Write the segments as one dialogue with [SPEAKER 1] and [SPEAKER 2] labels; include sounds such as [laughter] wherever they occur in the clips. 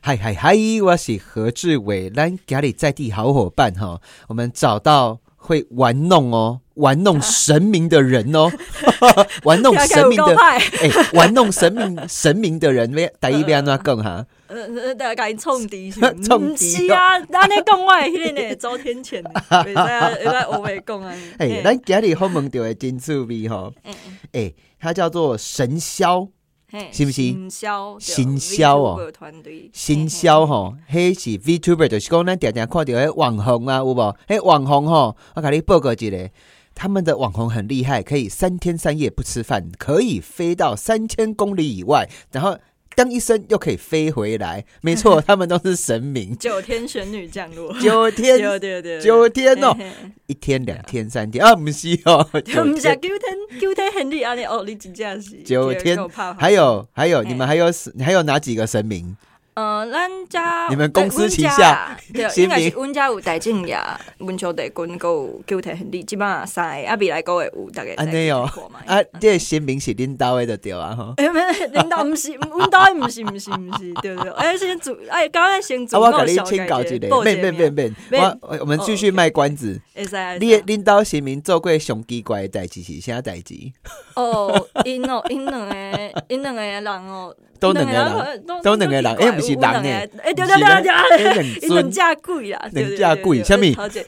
[SPEAKER 1] 嗨嗨嗨！我是何志伟，咱家里在地好伙伴哈，我们找到会玩弄哦，玩弄神明的人哦，玩
[SPEAKER 2] [laughs]
[SPEAKER 1] 弄神明的
[SPEAKER 2] 要，改
[SPEAKER 1] 哎、玩弄神明神明的人，要台语要安怎讲哈？
[SPEAKER 2] 呃，大家冲敌是
[SPEAKER 1] [laughs] 冲
[SPEAKER 2] 不
[SPEAKER 1] 敌
[SPEAKER 2] 是，
[SPEAKER 1] 哦
[SPEAKER 2] 不是啊，咱咧讲我的迄个呢， [laughs] 周天
[SPEAKER 1] [laughs]
[SPEAKER 2] 谴呢，袂使啊，袂使我袂讲啊。
[SPEAKER 1] 哎、
[SPEAKER 2] 嘿
[SPEAKER 1] 咱家里好问到的真趣味哈，
[SPEAKER 2] 嗯
[SPEAKER 1] 哎、它叫做神霄。
[SPEAKER 2] 嘿
[SPEAKER 1] 是不是
[SPEAKER 2] 行销，对
[SPEAKER 1] 行销哦
[SPEAKER 2] VTuber 团队，
[SPEAKER 1] 新销吼，迄是 VTuber，就是讲咱常常看到迄网红啊，有无？迄网红吼，我甲你报告一个，他们的网红很厉害，可以三天三夜不吃饭，可以飞到三千公里以外，然后当一声又可以飞回来。没 [laughs] 错，他们都是神明
[SPEAKER 2] 九天玄女降落，
[SPEAKER 1] [laughs] 九
[SPEAKER 2] 对
[SPEAKER 1] 天
[SPEAKER 2] [laughs] 对对对，
[SPEAKER 1] 九天 [laughs] 哦，
[SPEAKER 2] 嘿，
[SPEAKER 1] 一天两天三天啊，不是哦，
[SPEAKER 2] 嘿
[SPEAKER 1] 九
[SPEAKER 2] 唔是啊九
[SPEAKER 1] 天。
[SPEAKER 2] 天九天很厉害哦，你真正是
[SPEAKER 1] 九天还
[SPEAKER 2] 有
[SPEAKER 1] 有还有，
[SPEAKER 2] 嘿
[SPEAKER 1] 你们还有还有哪几个神明？
[SPEAKER 2] 呃，咱家
[SPEAKER 1] 你们公司旗下
[SPEAKER 2] 下，对，
[SPEAKER 1] 新
[SPEAKER 2] 应该是
[SPEAKER 1] 民
[SPEAKER 2] 阮家有大正呀，文秋地军还有九天很厉，即摆三个啊，未来个会有大概
[SPEAKER 1] 安尼哦啊，这个神明是恁兜的就对啊吼。
[SPEAKER 2] 哎，没 [laughs] 领导不是，阮导毋是毋是毋是，对不对？哎，先主，哎，刚刚先主
[SPEAKER 1] 啊，
[SPEAKER 2] 动
[SPEAKER 1] 我甲
[SPEAKER 2] 小改
[SPEAKER 1] 你
[SPEAKER 2] 一下，
[SPEAKER 1] 请教一
[SPEAKER 2] 报
[SPEAKER 1] 个，
[SPEAKER 2] 一
[SPEAKER 1] 免
[SPEAKER 2] 下
[SPEAKER 1] 免免免，
[SPEAKER 2] 免
[SPEAKER 1] 我我我们
[SPEAKER 2] 哦
[SPEAKER 1] 继续
[SPEAKER 2] ，OK
[SPEAKER 1] 卖关子。
[SPEAKER 2] 会使会使
[SPEAKER 1] 你的恁兜神明做过上奇怪的代志是啥代志？
[SPEAKER 2] 哦，因哦， [laughs] 因两个，因两个人哦，
[SPEAKER 1] 都两
[SPEAKER 2] 因
[SPEAKER 1] 个人，
[SPEAKER 2] 人都，
[SPEAKER 1] 都两个人
[SPEAKER 2] 奇怪
[SPEAKER 1] 哎不是
[SPEAKER 2] 有有两
[SPEAKER 1] 人
[SPEAKER 2] 个
[SPEAKER 1] 呢
[SPEAKER 2] 哎，对
[SPEAKER 1] 不
[SPEAKER 2] 对
[SPEAKER 1] 是哎，
[SPEAKER 2] 对对，因
[SPEAKER 1] 两
[SPEAKER 2] 两
[SPEAKER 1] 尊，
[SPEAKER 2] 架贵啦，对对
[SPEAKER 1] 两架
[SPEAKER 2] 对
[SPEAKER 1] 贵
[SPEAKER 2] 对
[SPEAKER 1] 什么
[SPEAKER 2] 对头一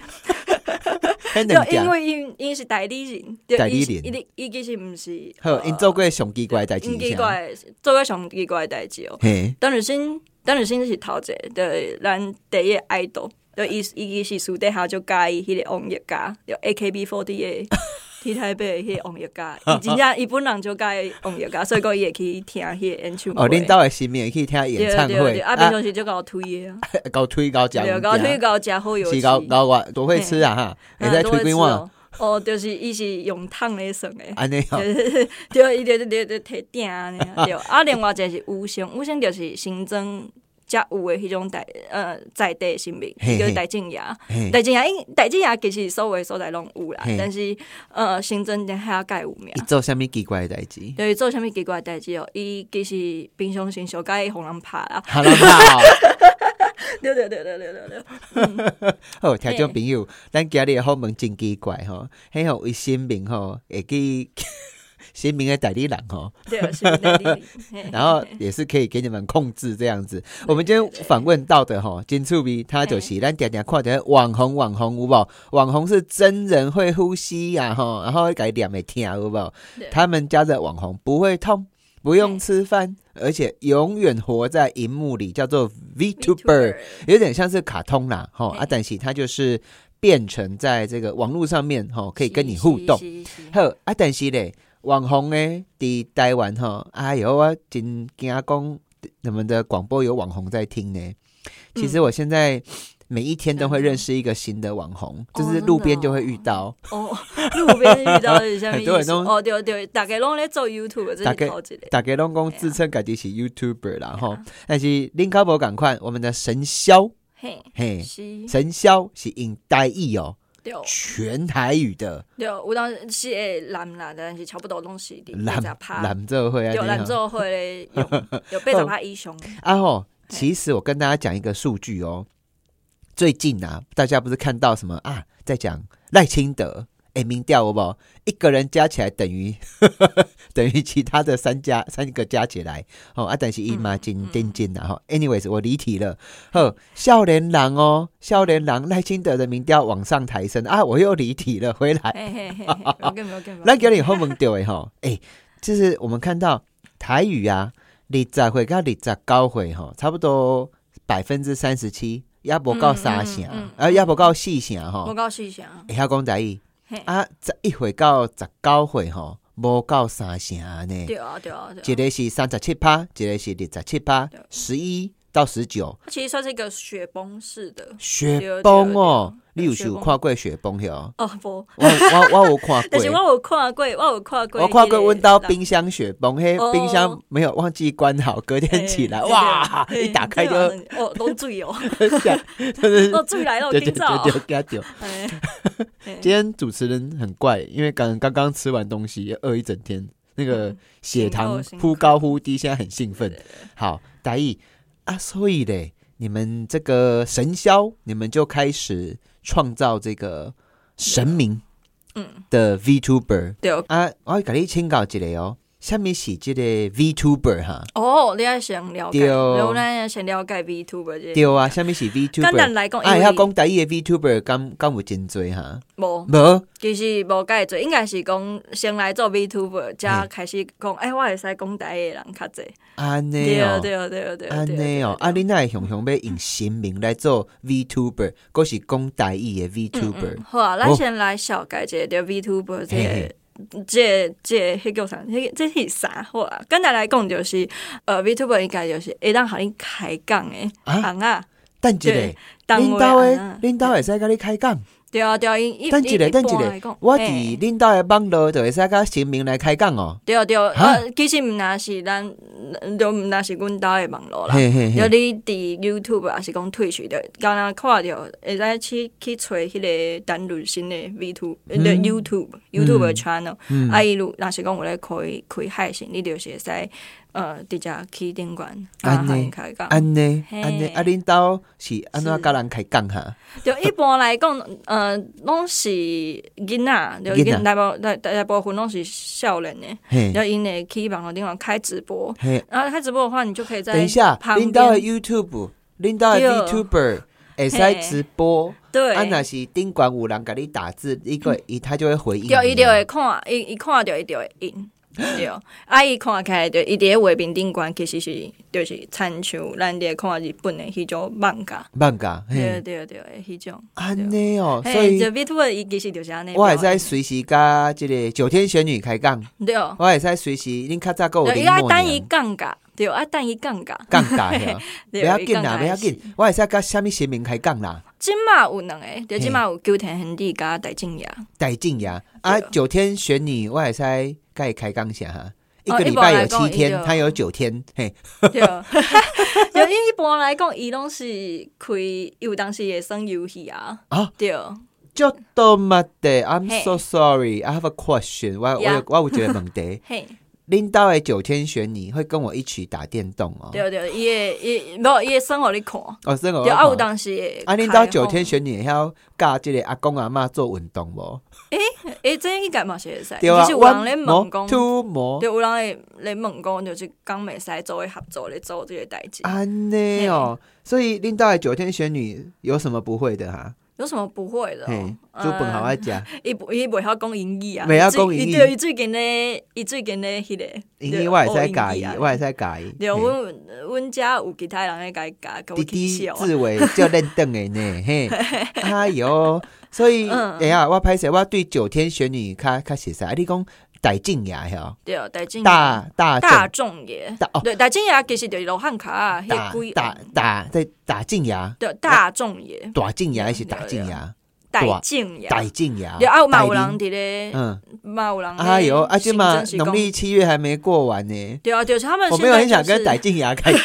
[SPEAKER 1] 哎，两
[SPEAKER 2] 对，因
[SPEAKER 1] 家。
[SPEAKER 2] 为因因是代理人，对
[SPEAKER 1] 代理
[SPEAKER 2] 伊是
[SPEAKER 1] 人
[SPEAKER 2] 伊伊其实毋是，
[SPEAKER 1] 好，
[SPEAKER 2] 呃
[SPEAKER 1] 因做过上奇怪的代志是
[SPEAKER 2] 很奇
[SPEAKER 1] 啥？
[SPEAKER 2] 怪，做过上奇怪的代志哦。
[SPEAKER 1] 嘿，
[SPEAKER 2] 邓雨欣，邓雨欣是头一个，就是咱第一个 idol，就伊伊是私底下就介意迄个王力家，就 AKB48 T 台北迄个王力
[SPEAKER 1] [laughs]
[SPEAKER 2] 家，伊真正伊本人就介意王力家，所以讲伊会去听迄个演唱会。
[SPEAKER 1] 哦，恁兜的神明会去听
[SPEAKER 2] 对
[SPEAKER 1] 演
[SPEAKER 2] 对
[SPEAKER 1] 唱会
[SPEAKER 2] 对，啊，平常时就搞推的啊，
[SPEAKER 1] 搞推搞奖，啊
[SPEAKER 2] 对，搞推搞食好油
[SPEAKER 1] 是
[SPEAKER 2] 漆，
[SPEAKER 1] 搞搞我多会吃啊哈，会使
[SPEAKER 2] 啊都
[SPEAKER 1] 推
[SPEAKER 2] 会吃
[SPEAKER 1] 给我
[SPEAKER 2] 哦。哦，就是伊是用桶咧算的。
[SPEAKER 1] 安尼哦，
[SPEAKER 2] 对对，伊就就就摕鼎安尼啊，对。啊，另外一个是武生，武生就是新增才有诶迄种代呃在地的新民，
[SPEAKER 1] 嘿嘿
[SPEAKER 2] 就是大正爷。
[SPEAKER 1] 嘿，
[SPEAKER 2] 大正爷，因大正爷其实所有诶所在拢有啦
[SPEAKER 1] 嘿，嗯
[SPEAKER 2] 但是呃新增顶遐介有名
[SPEAKER 1] 伊。做啥物奇怪的代志？，
[SPEAKER 2] 就是做啥物奇怪诶代志哦，伊其实平常时小伊互人拍啦 [laughs]
[SPEAKER 1] 好啦好。
[SPEAKER 2] 对对对对对对对，
[SPEAKER 1] 好，听众
[SPEAKER 2] 嘿
[SPEAKER 1] 朋友，咱今日的访问真奇怪吼，迄吼为新民吼，会去 [laughs] 新民的代理人
[SPEAKER 2] [laughs]
[SPEAKER 1] 吼，
[SPEAKER 2] 对是代理人。嘿
[SPEAKER 1] 然后
[SPEAKER 2] 嘿
[SPEAKER 1] 也是可以给你们控制这样子。我们今天访问到的吼，金触鼻，他就是咱常常看到的网红，网红有无？网红是真人会呼吸呀、吼，然后改念会听有无
[SPEAKER 2] 对？
[SPEAKER 1] 他们家的网红不会痛，不用
[SPEAKER 2] 对
[SPEAKER 1] 吃饭，而且永远活在荧幕里，叫做 VTuber。有点像是卡通啦，吼
[SPEAKER 2] 嘿
[SPEAKER 1] 啊，但是它就是变成在这个网络上面，吼，可以跟你互动。
[SPEAKER 2] 是是是
[SPEAKER 1] 好啊，但是嘞，网红呢，伫台湾吼，哎呦，我真惊讲你们的广播有网红在听呢。其实我现在每一天都会认识一个新的网红，就是路边就会遇到，
[SPEAKER 2] 嗯哦，路边遇到的是啥物
[SPEAKER 1] [laughs] 很多
[SPEAKER 2] 意
[SPEAKER 1] 人
[SPEAKER 2] 思？
[SPEAKER 1] 都
[SPEAKER 2] 哦，对对，大家拢咧做 YouTube，这
[SPEAKER 1] 大
[SPEAKER 2] 是
[SPEAKER 1] 家
[SPEAKER 2] 头一个。
[SPEAKER 1] 大家拢讲
[SPEAKER 2] 对啊
[SPEAKER 1] 自称家己是 YouTuber 啦，吼
[SPEAKER 2] 对啊，
[SPEAKER 1] 但是林卡博赶快，我们的神霄，
[SPEAKER 2] 嘿，
[SPEAKER 1] 嘿，
[SPEAKER 2] 是，
[SPEAKER 1] 神霄是引呆意哦，
[SPEAKER 2] 对
[SPEAKER 1] 全台语的。
[SPEAKER 2] 对，有当时是会蓝啦，但是差不多拢是伫
[SPEAKER 1] 蓝
[SPEAKER 2] 八十趴，
[SPEAKER 1] 蓝这会啊，
[SPEAKER 2] 有
[SPEAKER 1] 你
[SPEAKER 2] 蓝
[SPEAKER 1] 好
[SPEAKER 2] 之后会咧
[SPEAKER 1] [laughs]
[SPEAKER 2] 用有八十趴以上。
[SPEAKER 1] 啊吼！
[SPEAKER 2] 嘿
[SPEAKER 1] 其实我跟大家讲一个数据哦，最近啊，大家不是看到什么啊，在讲赖清德哎民调好不好？一个人加起来等于 [laughs] 等于其他的三家三个加起来哦啊，但是
[SPEAKER 2] 嗯
[SPEAKER 1] 伊嘛真真真啦吼。Anyways，我离题了。呵，少年郎哦，少年郎赖清德的民调往上抬升啊，我又离题了，回来。[laughs]
[SPEAKER 2] 嘿嘿嘿，嘿我跟我跟
[SPEAKER 1] 那给你后问到的
[SPEAKER 2] [laughs]
[SPEAKER 1] 吼，哎、就是我们看到台语啊，你十岁到你十九岁吼，差不多百分之三十七，也无到三成
[SPEAKER 2] 嗯嗯嗯，
[SPEAKER 1] 啊，也无到四成
[SPEAKER 2] 我
[SPEAKER 1] 吼，
[SPEAKER 2] 告诉一下啊，
[SPEAKER 1] 会晓讲台语
[SPEAKER 2] 嘿
[SPEAKER 1] 啊，十一岁到十九岁吼，无到三成呢。
[SPEAKER 2] 对啊对啊对
[SPEAKER 1] 一
[SPEAKER 2] 啊，
[SPEAKER 1] 个是三十七趴，一个是二十七趴
[SPEAKER 2] 对，
[SPEAKER 1] 十一到十九，
[SPEAKER 2] 它其实算是一个雪崩式的
[SPEAKER 1] 雪崩哦，你有是有看过雪崩哟？
[SPEAKER 2] 哦不，
[SPEAKER 1] 我我我有看
[SPEAKER 2] [laughs] 但是我
[SPEAKER 1] 过。
[SPEAKER 2] 有看过，我有看过，
[SPEAKER 1] 我跨过温刀。冰箱雪崩，嘿，冰箱没有忘记关好，隔天起来，
[SPEAKER 2] 哦嘿
[SPEAKER 1] 哇，
[SPEAKER 2] 对对
[SPEAKER 1] 一打开就
[SPEAKER 2] 对啊哦，拢醉哦， [laughs] 哦醉来
[SPEAKER 1] [laughs]
[SPEAKER 2] 了，
[SPEAKER 1] 对
[SPEAKER 2] 今
[SPEAKER 1] 对
[SPEAKER 2] 早
[SPEAKER 1] 对。对给他丢。
[SPEAKER 2] 哎嘿
[SPEAKER 1] 今天主持人很怪，因为刚刚刚吃完东西，饿一整天，那个血糖
[SPEAKER 2] 嗯
[SPEAKER 1] 忽高忽低，现在很兴奋。好，达意啊，所以嘞，你们这个神霄，你们就开始创造这个神明，嗯的 VTuber
[SPEAKER 2] 对
[SPEAKER 1] 啊，我给你请教一下哦，下面是这个 VTuber 哈，
[SPEAKER 2] 哦，你爱先了解，
[SPEAKER 1] 对
[SPEAKER 2] 然后咱先了解 VTuber 这
[SPEAKER 1] 对啊，下面是
[SPEAKER 2] 简
[SPEAKER 1] VTuber，
[SPEAKER 2] 单来讲，
[SPEAKER 1] 啊，
[SPEAKER 2] 因
[SPEAKER 1] 要
[SPEAKER 2] 为
[SPEAKER 1] 讲台语的 VTuber 敢敢有真多哈，
[SPEAKER 2] 无，
[SPEAKER 1] 无
[SPEAKER 2] 其实无介做，应该是讲先来做 VTuber，才开始讲，哎，我会使讲台语的人较济。
[SPEAKER 1] 安尼
[SPEAKER 2] 对啊
[SPEAKER 1] 哦。
[SPEAKER 2] 对对对对，
[SPEAKER 1] 安尼哦，啊，
[SPEAKER 2] 对
[SPEAKER 1] 你那会熊熊要用神明来做 VTuber，嗰是讲台语的 VTuber，、
[SPEAKER 2] 嗯好啊，咱
[SPEAKER 1] 哦
[SPEAKER 2] 先来小解一下着 VTuber 这
[SPEAKER 1] 嘿嘿
[SPEAKER 2] 个。这这迄叫啥？迄这是啥货啊？简单来讲就是，呃，VTuber 应该就是会当和你开讲诶，
[SPEAKER 1] 啊
[SPEAKER 2] 行啊，
[SPEAKER 1] 等一下
[SPEAKER 2] 对，单
[SPEAKER 1] 恁
[SPEAKER 2] 位
[SPEAKER 1] 兜
[SPEAKER 2] 的
[SPEAKER 1] 诶
[SPEAKER 2] 啊，，
[SPEAKER 1] 恁兜会使甲你开讲，
[SPEAKER 2] 对啊对啊，因一
[SPEAKER 1] 等一下，
[SPEAKER 2] 一
[SPEAKER 1] 等一
[SPEAKER 2] 般来
[SPEAKER 1] 下
[SPEAKER 2] 讲，
[SPEAKER 1] 我
[SPEAKER 2] 嘿
[SPEAKER 1] 伫恁兜诶网络就会使甲神明来开讲哦，
[SPEAKER 2] 对对，
[SPEAKER 1] 哈
[SPEAKER 2] 呃，其实毋若是咱，就毋若是阮兜的网络啦。
[SPEAKER 1] 嘿嘿
[SPEAKER 2] 就
[SPEAKER 1] 嘿，
[SPEAKER 2] 你伫 YouTube 还是讲 Twitch 的，敢若看着会使去去找迄个单论新的 V Two，呃、
[SPEAKER 1] 嗯
[SPEAKER 2] 对 YouTube YouTube 的 channel，、啊伊如若是讲有咧开开海信，你就是会使呃直接去顶管啊，
[SPEAKER 1] 安尼
[SPEAKER 2] 和因开讲。
[SPEAKER 1] 安尼
[SPEAKER 2] 嘿
[SPEAKER 1] 安尼，啊，恁兜是安怎甲人开讲哈？
[SPEAKER 2] 就一般来讲，呃，拢是囡仔，就
[SPEAKER 1] 囡
[SPEAKER 2] 囡
[SPEAKER 1] 仔
[SPEAKER 2] 大部大大部分拢是少年的，
[SPEAKER 1] 嘿，
[SPEAKER 2] 就因会去网络顶上开直播。
[SPEAKER 1] 嘿，
[SPEAKER 2] 然后开啊直播的话，你就可以在
[SPEAKER 1] 等一下，
[SPEAKER 2] 旁
[SPEAKER 1] 恁
[SPEAKER 2] 边
[SPEAKER 1] 兜诶 YouTube，恁兜诶
[SPEAKER 2] 对
[SPEAKER 1] VTuber 会
[SPEAKER 2] 嘿
[SPEAKER 1] 使直播，
[SPEAKER 2] 对，嗯
[SPEAKER 1] 啊，若是顶管有人甲你打字，一个伊他就会回应你哦，
[SPEAKER 2] 对，伊就会看，伊伊看着伊就会应。对， [gasps] 啊，伊看起来就伊伫咧画面顶关，其实是就是参像咱伫咧看日本的迄种漫画，
[SPEAKER 1] 慢噶，
[SPEAKER 2] 对
[SPEAKER 1] 嘿，
[SPEAKER 2] 对对，迄种。
[SPEAKER 1] 安尼哦，所
[SPEAKER 2] 嘿，
[SPEAKER 1] 以
[SPEAKER 2] 这 Vtuber 伊其实就是安尼。
[SPEAKER 1] 我会使随时甲即个九天玄女开讲，
[SPEAKER 2] 对，
[SPEAKER 1] 我会使随时恁较早个有
[SPEAKER 2] 嗯对，
[SPEAKER 1] 林
[SPEAKER 2] 伊爱
[SPEAKER 1] 默
[SPEAKER 2] 等伊
[SPEAKER 1] 娘
[SPEAKER 2] 降价，对，爱等伊降价，
[SPEAKER 1] 讲尬
[SPEAKER 2] [laughs]
[SPEAKER 1] 呀，不
[SPEAKER 2] 对
[SPEAKER 1] 要紧啦，
[SPEAKER 2] 他
[SPEAKER 1] 不
[SPEAKER 2] 降价
[SPEAKER 1] 要紧，我会使甲虾米神明开讲啦，
[SPEAKER 2] 即嘛有两个，对，即嘛有九田恒地甲戴静雅，
[SPEAKER 1] 代进呀啊，
[SPEAKER 2] 对
[SPEAKER 1] 九天玄女我会使甲伊开讲下哈，一个
[SPEAKER 2] 一
[SPEAKER 1] 礼
[SPEAKER 2] 般
[SPEAKER 1] 拜
[SPEAKER 2] 来
[SPEAKER 1] 有
[SPEAKER 2] 讲
[SPEAKER 1] 七
[SPEAKER 2] 伊
[SPEAKER 1] 天，
[SPEAKER 2] 就
[SPEAKER 1] 他有九天，嘿，
[SPEAKER 2] [laughs] 对，就因为一般来讲，伊拢是开有当时会耍游戏啊
[SPEAKER 1] 啊，
[SPEAKER 2] 对，
[SPEAKER 1] 就多么的，I'm
[SPEAKER 2] 嘿
[SPEAKER 1] so sorry, I have a question，我我有
[SPEAKER 2] 呀，
[SPEAKER 1] 我有一个问题
[SPEAKER 2] 嘿。
[SPEAKER 1] 恁兜的九天玄女会跟我一起打电动哦，
[SPEAKER 2] 对对，伊会伊无伊会生互你看，
[SPEAKER 1] 哦，这个我
[SPEAKER 2] 对啊，
[SPEAKER 1] 看
[SPEAKER 2] 有当时会
[SPEAKER 1] 啊，恁
[SPEAKER 2] 开
[SPEAKER 1] 兜
[SPEAKER 2] 放
[SPEAKER 1] 九天，玄女会晓教即个阿公阿嬷做运动无？
[SPEAKER 2] 诶，这应该嘛哎是会使，
[SPEAKER 1] 对啊，
[SPEAKER 2] 其实有人咧问讲，对，
[SPEAKER 1] 突魔
[SPEAKER 2] 有人会咧问讲，就是讲袂使做伙合作咧做即个代志，
[SPEAKER 1] 安尼哦，所以恁兜的九天玄女有什么不会的哈？
[SPEAKER 2] 有什么不会的
[SPEAKER 1] 嘿
[SPEAKER 2] 哦？，
[SPEAKER 1] 煮饭好爱
[SPEAKER 2] 嗯，
[SPEAKER 1] 食，
[SPEAKER 2] 伊不伊袂晓讲英语啊，
[SPEAKER 1] 袂晓
[SPEAKER 2] 伊最
[SPEAKER 1] 讲英语
[SPEAKER 2] 伊对伊最近咧，伊最近咧迄个，
[SPEAKER 1] 因为我会使教
[SPEAKER 2] 学
[SPEAKER 1] 伊
[SPEAKER 2] 英语啊，
[SPEAKER 1] 我会使教伊。
[SPEAKER 2] 对，
[SPEAKER 1] 嘿
[SPEAKER 2] 阮阮遮有其他人咧甲伊教，甲我
[SPEAKER 1] 弟
[SPEAKER 2] 起
[SPEAKER 1] 弟
[SPEAKER 2] 笑啊，
[SPEAKER 1] 志伟就认凳诶
[SPEAKER 2] [laughs]
[SPEAKER 1] 呢，嘿，哎哟，所以
[SPEAKER 2] 嗯
[SPEAKER 1] 哎呀，我歹势，我对九天玄女较较熟悉，啊，你讲戴静雅吼，
[SPEAKER 2] 对，代金
[SPEAKER 1] 大大
[SPEAKER 2] 大
[SPEAKER 1] 正
[SPEAKER 2] 众也，
[SPEAKER 1] 大哦
[SPEAKER 2] 对，代金也其实就是罗汉卡啊，
[SPEAKER 1] 打
[SPEAKER 2] 迄几
[SPEAKER 1] 打打对打静雅，
[SPEAKER 2] 对，大众也。
[SPEAKER 1] 打静雅还是打静雅？
[SPEAKER 2] 代敬呀，
[SPEAKER 1] 戴静雅，
[SPEAKER 2] 对啊，嗯有嘛有
[SPEAKER 1] 戴
[SPEAKER 2] 人
[SPEAKER 1] 琳
[SPEAKER 2] 伫咧，
[SPEAKER 1] 嗯，
[SPEAKER 2] 嘛有人咧
[SPEAKER 1] 哎呦，啊，这嘛
[SPEAKER 2] 行政是
[SPEAKER 1] 农
[SPEAKER 2] 讲
[SPEAKER 1] 历七月还没过完呢，
[SPEAKER 2] 对啊，就是他们
[SPEAKER 1] 我
[SPEAKER 2] 现
[SPEAKER 1] 没有
[SPEAKER 2] 在
[SPEAKER 1] 很想
[SPEAKER 2] 就
[SPEAKER 1] 跟
[SPEAKER 2] 是
[SPEAKER 1] 戴静
[SPEAKER 2] [laughs]
[SPEAKER 1] 雅开杠，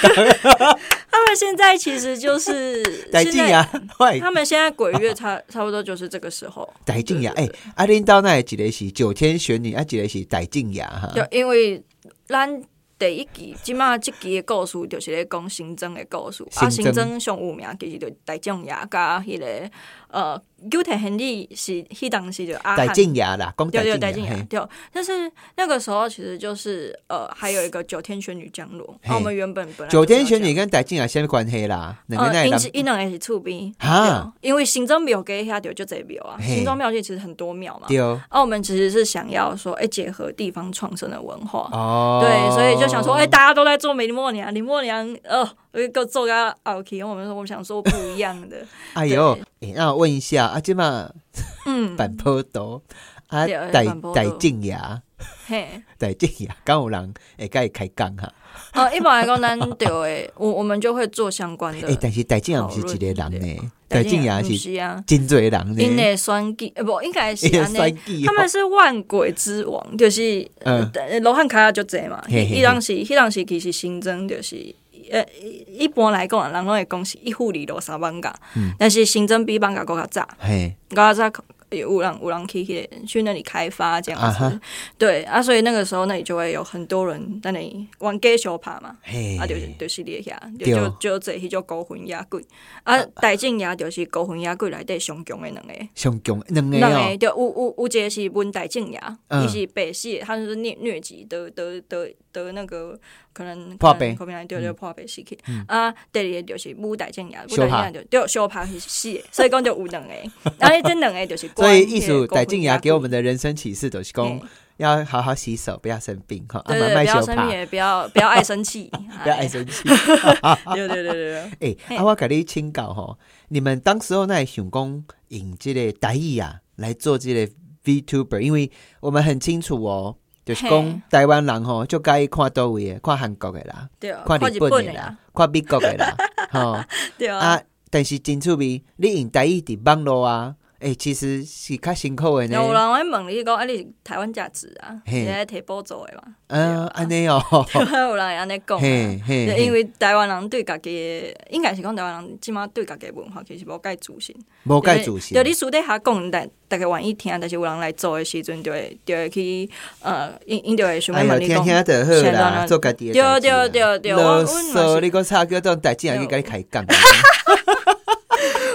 [SPEAKER 2] 他们现在其实就是
[SPEAKER 1] 戴
[SPEAKER 2] 现
[SPEAKER 1] 静
[SPEAKER 2] 在 [laughs]
[SPEAKER 1] 雅，喂，
[SPEAKER 2] 他们现在鬼月差差不多就是这个时候，
[SPEAKER 1] 戴静雅，
[SPEAKER 2] 对
[SPEAKER 1] 哎，阿林到那里一个是九天玄女，啊，一个是戴静雅哈，
[SPEAKER 2] 就因为咱。第一季，即马即期的故事就是咧讲新增的故事，啊，
[SPEAKER 1] 新
[SPEAKER 2] 新
[SPEAKER 1] 增
[SPEAKER 2] 增上有名其实就大将爷甲迄个呃，九田亨利是迄当时就阿
[SPEAKER 1] 戴
[SPEAKER 2] 汉
[SPEAKER 1] 静雅啦，讲
[SPEAKER 2] 对对，戴
[SPEAKER 1] 戴
[SPEAKER 2] 静
[SPEAKER 1] 静雅，
[SPEAKER 2] 雅
[SPEAKER 1] 嘿
[SPEAKER 2] 对，但是那个时候其实就是呃，还有一个九天玄女降落，
[SPEAKER 1] 嘿
[SPEAKER 2] 啊，我们原本本来
[SPEAKER 1] 九天
[SPEAKER 2] 就是要
[SPEAKER 1] 玄女跟戴静雅什么关系啦？
[SPEAKER 2] 这
[SPEAKER 1] 两
[SPEAKER 2] 样，
[SPEAKER 1] 个那
[SPEAKER 2] 呃，因
[SPEAKER 1] 人
[SPEAKER 2] 是因两个是厝边，
[SPEAKER 1] 哈，
[SPEAKER 2] 对因为行政庙给下就就这庙啊，
[SPEAKER 1] 嘿
[SPEAKER 2] 行政庙界其实很多庙嘛，
[SPEAKER 1] 对
[SPEAKER 2] 啊，我们其实是想要说，哎，结合地方创生的文化。
[SPEAKER 1] 哦，
[SPEAKER 2] 对，所以就想说，哎、大家都在做林默娘，啊林默娘，哦，我够做个奥 K，我们说我们想做不一样
[SPEAKER 1] [laughs]
[SPEAKER 2] 的，
[SPEAKER 1] 哎呦，哎那我问一下，啊，这嘛
[SPEAKER 2] 嗯，
[SPEAKER 1] 板坡多，啊，
[SPEAKER 2] 对
[SPEAKER 1] 戴
[SPEAKER 2] 板坡
[SPEAKER 1] 戴
[SPEAKER 2] 豆
[SPEAKER 1] 静雅。
[SPEAKER 2] 嘿，
[SPEAKER 1] 对，这也刚有人会甲伊开讲哈。
[SPEAKER 2] 呃，一般来讲，咱对，诶，我我们就会做相关的
[SPEAKER 1] 诶、但是戴静也毋是一个人呢，戴哎
[SPEAKER 2] 但
[SPEAKER 1] 静也
[SPEAKER 2] 不
[SPEAKER 1] 是
[SPEAKER 2] 是啊，
[SPEAKER 1] 真侪人
[SPEAKER 2] 因
[SPEAKER 1] 呢，
[SPEAKER 2] 的选举，呃不，应该
[SPEAKER 1] [laughs]
[SPEAKER 2] 是
[SPEAKER 1] 伊个
[SPEAKER 2] 安尼。
[SPEAKER 1] 算计
[SPEAKER 2] 他
[SPEAKER 1] 哦
[SPEAKER 2] 们是万鬼之王，就是
[SPEAKER 1] 嗯
[SPEAKER 2] 呃罗汉卡亚就这嘛。
[SPEAKER 1] 嘿嘿嘿
[SPEAKER 2] 迄当时，迄当时其实新增就是，呃，一般来讲，
[SPEAKER 1] 嗯
[SPEAKER 2] 人拢会讲是一户里多三万噶，但是新增比万噶更较早，
[SPEAKER 1] 嘿，
[SPEAKER 2] 更较早有人有人去去去那里开发这样
[SPEAKER 1] 啊
[SPEAKER 2] 子
[SPEAKER 1] 哈，
[SPEAKER 2] 对啊，所以那个时候那里就会有很多人在那里玩 gay 小趴嘛，
[SPEAKER 1] 嘿，
[SPEAKER 2] 啊，就是就是你遐，就
[SPEAKER 1] 对哦
[SPEAKER 2] 就就这迄种孤魂野鬼，啊，大正也就是孤魂野鬼内底上强的两个。
[SPEAKER 1] 上强两个
[SPEAKER 2] 两
[SPEAKER 1] 哦
[SPEAKER 2] 个，就有有有一个是文大正牙，
[SPEAKER 1] 嗯
[SPEAKER 2] 伊是白系，他就是疟疟疾得得得得那个可能
[SPEAKER 1] 破病嗯
[SPEAKER 2] 可能对对破病死去啊。第二个就是武大正牙，武
[SPEAKER 1] 相
[SPEAKER 2] 大
[SPEAKER 1] 拍
[SPEAKER 2] 正牙就对相拍是死的，所以讲就有
[SPEAKER 1] [laughs]
[SPEAKER 2] 两个，啊，这两个就是
[SPEAKER 1] 所
[SPEAKER 2] 关
[SPEAKER 1] 以艺术戴静雅
[SPEAKER 2] 牙
[SPEAKER 1] 给我们的人生启示都是
[SPEAKER 2] 功
[SPEAKER 1] 讲，要好好洗手，不要生病哈，啊阿
[SPEAKER 2] 对
[SPEAKER 1] 妈
[SPEAKER 2] 对，
[SPEAKER 1] 卖
[SPEAKER 2] 不要
[SPEAKER 1] 羞
[SPEAKER 2] 生
[SPEAKER 1] 怕，
[SPEAKER 2] 病，不要不要爱生气，
[SPEAKER 1] [laughs] 不要爱生气。
[SPEAKER 2] 哎对对对对
[SPEAKER 1] 诶、
[SPEAKER 2] 嘿
[SPEAKER 1] 啊，我甲你请教吼，你们当时候那会想讲用这个台语啊来做这个 VTuber，因为我们很清楚哦，就是
[SPEAKER 2] 嘿
[SPEAKER 1] 讲台湾人吼就介意看多位的，看韩国的啦，
[SPEAKER 2] 对，
[SPEAKER 1] [laughs] 看
[SPEAKER 2] 哦看
[SPEAKER 1] 日
[SPEAKER 2] 日
[SPEAKER 1] 本
[SPEAKER 2] 本
[SPEAKER 1] 的
[SPEAKER 2] 的
[SPEAKER 1] 啦
[SPEAKER 2] 啦，，
[SPEAKER 1] 看美国的
[SPEAKER 2] [laughs]
[SPEAKER 1] 啦，吼、
[SPEAKER 2] 啊对啊
[SPEAKER 1] 啊，，但是真趣味，你用台语伫网络啊，诶、其实是较辛苦的
[SPEAKER 2] 有
[SPEAKER 1] 呢。
[SPEAKER 2] 人会问你讲，啊，你是台湾价值啊，
[SPEAKER 1] 嘿
[SPEAKER 2] 你在提补助的嘛？
[SPEAKER 1] 嗯，安尼哦，
[SPEAKER 2] [laughs] 有人会安尼讲啊。
[SPEAKER 1] 嘿嘿，
[SPEAKER 2] 就
[SPEAKER 1] 为
[SPEAKER 2] 因为台湾人对家己的，应该是讲台湾人即马对家己的文化其实无介自信。
[SPEAKER 1] 无介主席
[SPEAKER 2] 就，你私底下讲，大大家愿意听，但是有人来做的时阵，就会就会去呃，因因就会想
[SPEAKER 1] 哎
[SPEAKER 2] 要
[SPEAKER 1] 呦，
[SPEAKER 2] 问你
[SPEAKER 1] 听
[SPEAKER 2] 讲。
[SPEAKER 1] 听就好
[SPEAKER 2] 先让
[SPEAKER 1] 啦，
[SPEAKER 2] 人
[SPEAKER 1] 做家己的
[SPEAKER 2] 对
[SPEAKER 1] 代志啦
[SPEAKER 2] 对对对，我
[SPEAKER 1] 啰
[SPEAKER 2] 我嘛
[SPEAKER 1] 嗦，
[SPEAKER 2] 是，
[SPEAKER 1] 你讲差哥这种代志，人去甲你开讲。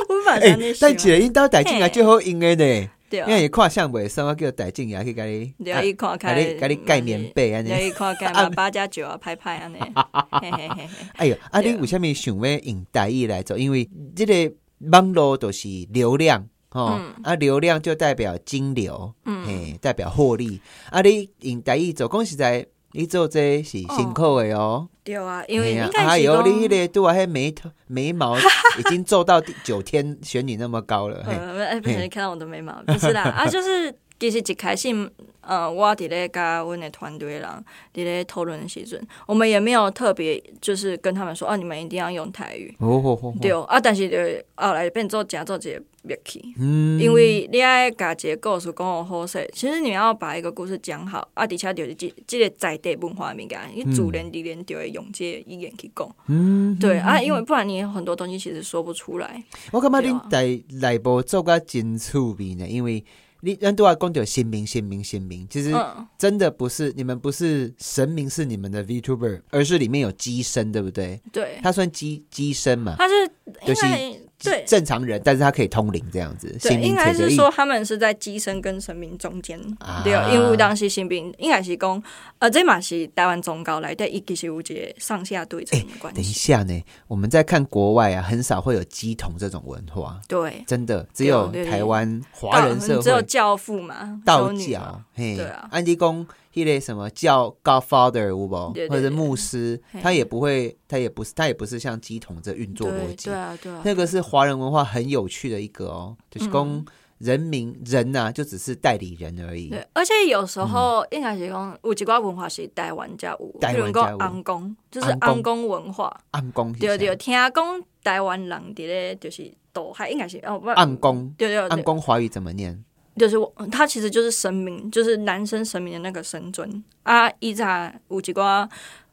[SPEAKER 2] 我嘛
[SPEAKER 1] [laughs]
[SPEAKER 2] 是
[SPEAKER 1] 哎
[SPEAKER 2] 安尼，想
[SPEAKER 1] 但一。个因到代志也最好用的呢，
[SPEAKER 2] 对
[SPEAKER 1] 因
[SPEAKER 2] 啊，
[SPEAKER 1] 为伊看相袂，什么叫代志也去甲你，
[SPEAKER 2] 对
[SPEAKER 1] 啊
[SPEAKER 2] 啊，伊看
[SPEAKER 1] 甲
[SPEAKER 2] 开，
[SPEAKER 1] 你甲你盖棉被安
[SPEAKER 2] 嘛是，
[SPEAKER 1] 尼。
[SPEAKER 2] 对伊看
[SPEAKER 1] [laughs]
[SPEAKER 2] 开嘛，八加九啊，拍拍安尼。嘿嘿嘿嘿，
[SPEAKER 1] 哎哟，啊
[SPEAKER 2] 对
[SPEAKER 1] 你
[SPEAKER 2] 啊
[SPEAKER 1] 为什么想要用台语来做？因为这个网络都是流量。哦，
[SPEAKER 2] 嗯
[SPEAKER 1] 啊，流量就代表金流，嗯，代表获利。啊，你用台语做，讲实在，你做这是辛苦的哦。
[SPEAKER 2] 对啊，因为
[SPEAKER 1] 嘿啊
[SPEAKER 2] 应
[SPEAKER 1] 哎
[SPEAKER 2] 该是
[SPEAKER 1] 呦，
[SPEAKER 2] 讲
[SPEAKER 1] 你迄。个拄啊，迄眉头眉毛
[SPEAKER 2] [laughs]
[SPEAKER 1] 已经做到第九天选你那么高了，嘿，
[SPEAKER 2] 呃，哎，不小心看到我的眉毛，不是
[SPEAKER 1] [laughs]
[SPEAKER 2] 啦，啊，就是其实一开始，呃，我伫咧甲阮的团队的人伫咧讨论的时阵，我们也没有特别就是跟他们说，哦、你们一定要用台语，
[SPEAKER 1] 哦吼吼，
[SPEAKER 2] 对，啊，但是就是后来变做假做一个乐器，
[SPEAKER 1] 嗯，
[SPEAKER 2] 因为你爱甲一个故事讲好好势，其实你要把一个故事讲好，啊，而且就是即即个在地文化的物件，你自然而然就会用这个语言去讲，
[SPEAKER 1] 嗯，
[SPEAKER 2] 对啊，因为不然你很多东西其实说不出来，
[SPEAKER 1] 我感觉
[SPEAKER 2] 对啊
[SPEAKER 1] 恁内内部做甲真趣味呢，因为你咱拄啊讲着神明，神明，神明，其实
[SPEAKER 2] 嗯。
[SPEAKER 1] 真的不是你们不是神明是你们的 VTuber，而是里面有机身，对不对？
[SPEAKER 2] 对，
[SPEAKER 1] 它算机机身嘛，
[SPEAKER 2] 他是
[SPEAKER 1] 就
[SPEAKER 2] 应
[SPEAKER 1] 是
[SPEAKER 2] 该对
[SPEAKER 1] 正常人，但是它可以通灵这样子，
[SPEAKER 2] 对，
[SPEAKER 1] 神明
[SPEAKER 2] 应该
[SPEAKER 1] 扯着
[SPEAKER 2] 是
[SPEAKER 1] 一
[SPEAKER 2] 说他们是在机身跟神明中间，
[SPEAKER 1] 啊
[SPEAKER 2] 对，因为当时新兵应该是讲，呃，这嘛是台湾宗教来的，伊其实有一个上下对称的关
[SPEAKER 1] 等一
[SPEAKER 2] 系，
[SPEAKER 1] 下呢，我们在看国外啊，很少会有鸡童这种文化，
[SPEAKER 2] 对，
[SPEAKER 1] 真的只有
[SPEAKER 2] 对对对
[SPEAKER 1] 台湾华人社
[SPEAKER 2] 道只有
[SPEAKER 1] 会
[SPEAKER 2] 教父嘛，
[SPEAKER 1] 道
[SPEAKER 2] 修女嘛
[SPEAKER 1] 教，嘿，
[SPEAKER 2] 对啊
[SPEAKER 1] 安迪公迄类什么叫 Godfather 无不，
[SPEAKER 2] 对对
[SPEAKER 1] 或者牧师，
[SPEAKER 2] 嘿
[SPEAKER 1] 他也不会，他也不是，他也不是像鸡童这运作逻
[SPEAKER 2] 对
[SPEAKER 1] 辑
[SPEAKER 2] 对，啊对啊，
[SPEAKER 1] 那个是华人文化很有趣的一个哦，就是公人民人呐，就只是代理人而已，
[SPEAKER 2] 嗯对，而且有时候应该是讲，有一寡文化是台湾才有，
[SPEAKER 1] 嗯台湾才
[SPEAKER 2] 比
[SPEAKER 1] 有
[SPEAKER 2] 如讲红公，就是
[SPEAKER 1] 红公
[SPEAKER 2] 红公文化，
[SPEAKER 1] 暗公是
[SPEAKER 2] 对
[SPEAKER 1] 啥
[SPEAKER 2] 对，听讲台湾人伫咧就是渡海，应该是哦不，
[SPEAKER 1] 暗公
[SPEAKER 2] 对对
[SPEAKER 1] 暗
[SPEAKER 2] 对，
[SPEAKER 1] 公华语怎么念？
[SPEAKER 2] 就是我，他其实就是神明，就是男生神明的那个神尊啊。以前有一寡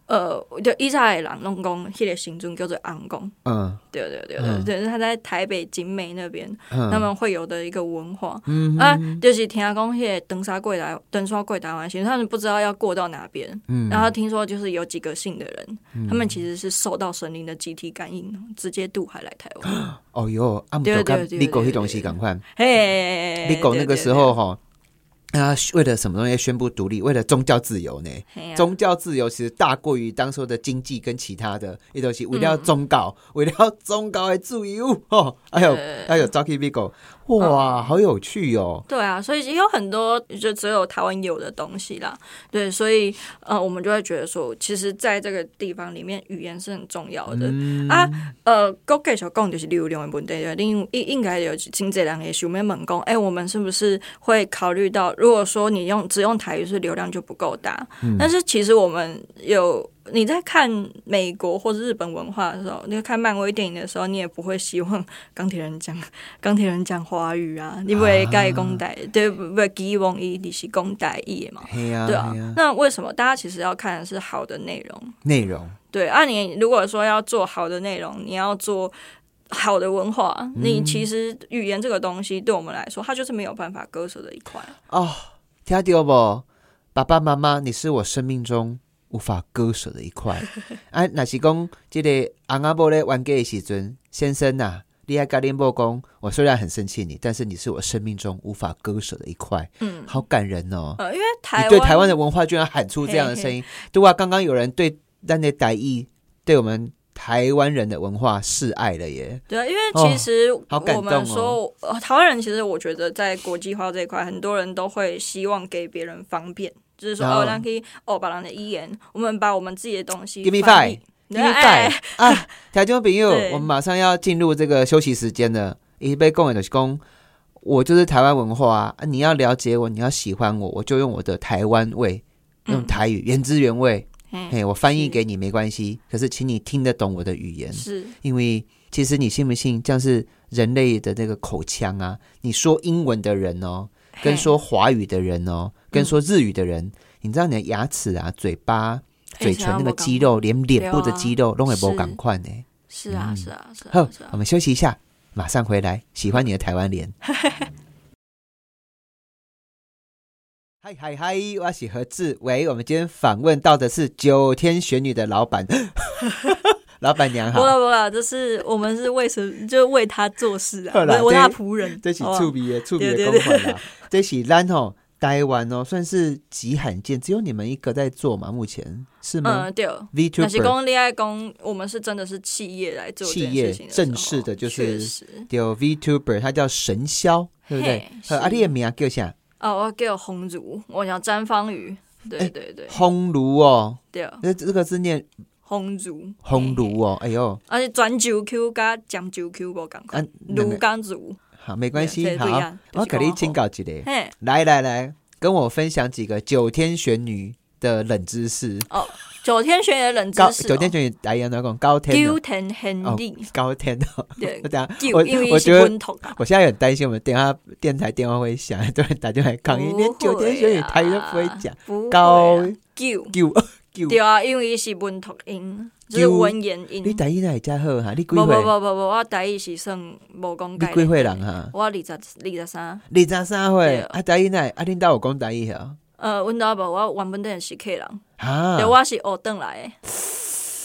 [SPEAKER 2] 呃，就以前的人拢讲迄个神尊叫做昂公，
[SPEAKER 1] 嗯
[SPEAKER 2] 对对对
[SPEAKER 1] 嗯
[SPEAKER 2] 对，就是他在台北景美那边，他
[SPEAKER 1] 嗯，
[SPEAKER 2] 们会有的一个文化、啊，就是听讲迄个登山柜台登山柜台湾行，他们不知道要过到哪边，
[SPEAKER 1] 嗯
[SPEAKER 2] 然后听说就是有几个信的人，他们其实是受到神灵的集体感应，直接渡海来台湾。
[SPEAKER 1] 哦哟，暗
[SPEAKER 2] 对
[SPEAKER 1] 公
[SPEAKER 2] 对
[SPEAKER 1] 跟
[SPEAKER 2] 对
[SPEAKER 1] 你狗
[SPEAKER 2] 对
[SPEAKER 1] 迄东西
[SPEAKER 2] 对
[SPEAKER 1] 赶快。
[SPEAKER 2] 嘿，
[SPEAKER 1] 李狗那个时候哈，啊，为了什么东西宣布独立？为了
[SPEAKER 2] 哎
[SPEAKER 1] 宗教自由呢？
[SPEAKER 2] 对，对对
[SPEAKER 1] 宗教自由其实大过于当初的经济跟其他的，一东西为了宗教，为了宗教的自由哦，还有
[SPEAKER 2] 呃
[SPEAKER 1] 还有 Jackie v i g o 哇，好有趣哦！
[SPEAKER 2] 对啊，所以也有很多就只有台湾有的东西啦。对，所以呃，我们就会觉得说，其实在这个地方里面，语言是很重要的、啊。呃，国继续讲就是流量的问题，对另应应该有经济人也想要问讲，哎、我们是不是会考虑到，如果说你用只用台语，是流量就不够大、但是其实我们有。你在看美国或者日本文化的时候，你在看漫威电影的时候，你也不会希望钢铁人讲钢铁人讲华语啊，你不会改讲台，对，不会希望伊你是讲台语的嘛？
[SPEAKER 1] 嘿哎呀，
[SPEAKER 2] 对啊
[SPEAKER 1] 嘿呀，
[SPEAKER 2] 那为什么大家其实要看的是好的内容？
[SPEAKER 1] 内容
[SPEAKER 2] 对啊，你如果说要做好的内容，你要做好的文化，你
[SPEAKER 1] 嗯
[SPEAKER 2] 其实语言这个东西对我们来说，它就是没有办法割舍的一块。
[SPEAKER 1] 哦，听到不？爸爸妈妈，你是我生命中无法割舍的一块。 [laughs] 啊，若是讲这个阿阿伯咧玩家的时阵，先生呐、啊，你爱甲恁某讲，我虽然很生气你，但是你是我生命中无法割舍的一块，
[SPEAKER 2] 嗯，
[SPEAKER 1] 好感人哦。
[SPEAKER 2] 呃，因为台
[SPEAKER 1] 你对台湾的文化居然喊出这样的声音，对啊，刚刚有人对咱的台语，对我们台湾人的文化示爱了耶。
[SPEAKER 2] 对啊，因为其实
[SPEAKER 1] 哦好感
[SPEAKER 2] 我
[SPEAKER 1] 动
[SPEAKER 2] 们
[SPEAKER 1] 哦
[SPEAKER 2] 说，呃台湾人其实我觉得在国际化这一块，很多人都会希望给别人方便，就是说
[SPEAKER 1] 哦
[SPEAKER 2] 哦，让可以哦，把人的语言，我们把我们自己的东西
[SPEAKER 1] Give me
[SPEAKER 2] 翻译
[SPEAKER 1] five，
[SPEAKER 2] 对
[SPEAKER 1] 因为
[SPEAKER 2] 哎
[SPEAKER 1] 盖啊，台中朋友，
[SPEAKER 2] 对
[SPEAKER 1] 我们马上要进入这个休息时间了。一杯共的就是公，我就是台湾文化啊！啊你要了解我，你要喜欢我，我就用我的台湾味，用
[SPEAKER 2] 嗯
[SPEAKER 1] 台语、原汁原味。
[SPEAKER 2] 嗯
[SPEAKER 1] 嘿，我翻译
[SPEAKER 2] 是
[SPEAKER 1] 给你没关系，可是请你听得懂我的语言，
[SPEAKER 2] 是
[SPEAKER 1] 因为其实你信不信，像是人类的那个口腔啊，你说英文的人哦，跟
[SPEAKER 2] 嘿嗯
[SPEAKER 1] 说华语的人哦，跟说日语的人，你知道你的牙齿啊、嘴巴、嘴唇
[SPEAKER 2] 哎
[SPEAKER 1] 那个肌肉，连脸部的肌肉都会不赶快呢。
[SPEAKER 2] 是啊
[SPEAKER 1] 嗯
[SPEAKER 2] 是啊是
[SPEAKER 1] 好
[SPEAKER 2] 啊是，
[SPEAKER 1] 我
[SPEAKER 2] 啊，
[SPEAKER 1] 们休息一下，马上回来。喜欢你的台湾脸。
[SPEAKER 2] [laughs]
[SPEAKER 1] [laughs] 嗨嗨嗨！我是何志伟。我们今天访问到的是九天玄女的老板， [laughs] 老板娘
[SPEAKER 2] 不
[SPEAKER 1] 好。
[SPEAKER 2] 了不了，就是我们是为神，就是为他做事啊，
[SPEAKER 1] 好啦
[SPEAKER 2] 我我是他
[SPEAKER 1] 这
[SPEAKER 2] 仆人，
[SPEAKER 1] 这是
[SPEAKER 2] 好不好
[SPEAKER 1] 触鼻的触鼻的
[SPEAKER 2] 对
[SPEAKER 1] 公
[SPEAKER 2] 对
[SPEAKER 1] 款啦， [laughs] 这是咱哦台湾哦算是极罕见，只有你们一个在做嘛，目前是吗
[SPEAKER 2] 嗯对。那些
[SPEAKER 1] ？Vtuber
[SPEAKER 2] 公恋爱公，我们是真的是企业来做这件
[SPEAKER 1] 企业
[SPEAKER 2] 事情的时候
[SPEAKER 1] 正式的就是
[SPEAKER 2] 确实
[SPEAKER 1] 有 Vtuber，他叫神霄，对不对
[SPEAKER 2] 嘿？
[SPEAKER 1] 好啊，
[SPEAKER 2] 是
[SPEAKER 1] 你的名叫啥？
[SPEAKER 2] 哦，我给我红烛，我想沾方鱼，
[SPEAKER 1] 哎
[SPEAKER 2] 对对对、
[SPEAKER 1] 烘炉哦，
[SPEAKER 2] 对，
[SPEAKER 1] 那这个字念
[SPEAKER 2] 红烛
[SPEAKER 1] 烘，
[SPEAKER 2] 嘿嘿
[SPEAKER 1] 炉哦，哎呦，
[SPEAKER 2] 而且转九 Q 加讲九 Q 无共
[SPEAKER 1] 啊
[SPEAKER 2] 款，，
[SPEAKER 1] 那
[SPEAKER 2] 炉刚烛
[SPEAKER 1] 好，没关
[SPEAKER 2] 对
[SPEAKER 1] 系，
[SPEAKER 2] 这不一
[SPEAKER 1] 好啊
[SPEAKER 2] 样，就是
[SPEAKER 1] 我给你
[SPEAKER 2] 讲
[SPEAKER 1] 请教一个，
[SPEAKER 2] 嘿
[SPEAKER 1] 来来来，跟我分享几个九天玄女的冷知识。
[SPEAKER 2] 哦，九天玄女的冷知
[SPEAKER 1] 高
[SPEAKER 2] 识、哦
[SPEAKER 1] 九天玄女，哎呀，那种高天
[SPEAKER 2] 九
[SPEAKER 1] 哦，
[SPEAKER 2] 天玄
[SPEAKER 1] 哦
[SPEAKER 2] 女，
[SPEAKER 1] 高天哦，
[SPEAKER 2] 对
[SPEAKER 1] 我等下 [laughs]
[SPEAKER 2] 九
[SPEAKER 1] 我
[SPEAKER 2] 因为
[SPEAKER 1] 我
[SPEAKER 2] 它
[SPEAKER 1] 觉
[SPEAKER 2] 是
[SPEAKER 1] 得
[SPEAKER 2] 温桶啊，
[SPEAKER 1] 我现在很担心，我们电话电台电话会响， [laughs] 很多人打电话来抗议，
[SPEAKER 2] 不
[SPEAKER 1] 连九天玄女
[SPEAKER 2] 会啊
[SPEAKER 1] 台语都不会讲，
[SPEAKER 2] 不会啊
[SPEAKER 1] 高
[SPEAKER 2] 九，
[SPEAKER 1] 救救
[SPEAKER 2] 对，啊，因为它是温读音，就是
[SPEAKER 1] 九
[SPEAKER 2] 文言
[SPEAKER 1] 你
[SPEAKER 2] 音。
[SPEAKER 1] 台语哪会遮好哈？你几
[SPEAKER 2] 不不不
[SPEAKER 1] 岁？
[SPEAKER 2] 不不，我台语是算无讲
[SPEAKER 1] 你
[SPEAKER 2] 解。
[SPEAKER 1] 几岁人？哈？
[SPEAKER 2] 我二十二十三。
[SPEAKER 1] 二十三岁，
[SPEAKER 2] 对
[SPEAKER 1] 啊台语哪会？啊恁兜有讲台语哦？
[SPEAKER 2] 呃，阮兜无，我原本等是客人，
[SPEAKER 1] 啊
[SPEAKER 2] 对，我是学转来的。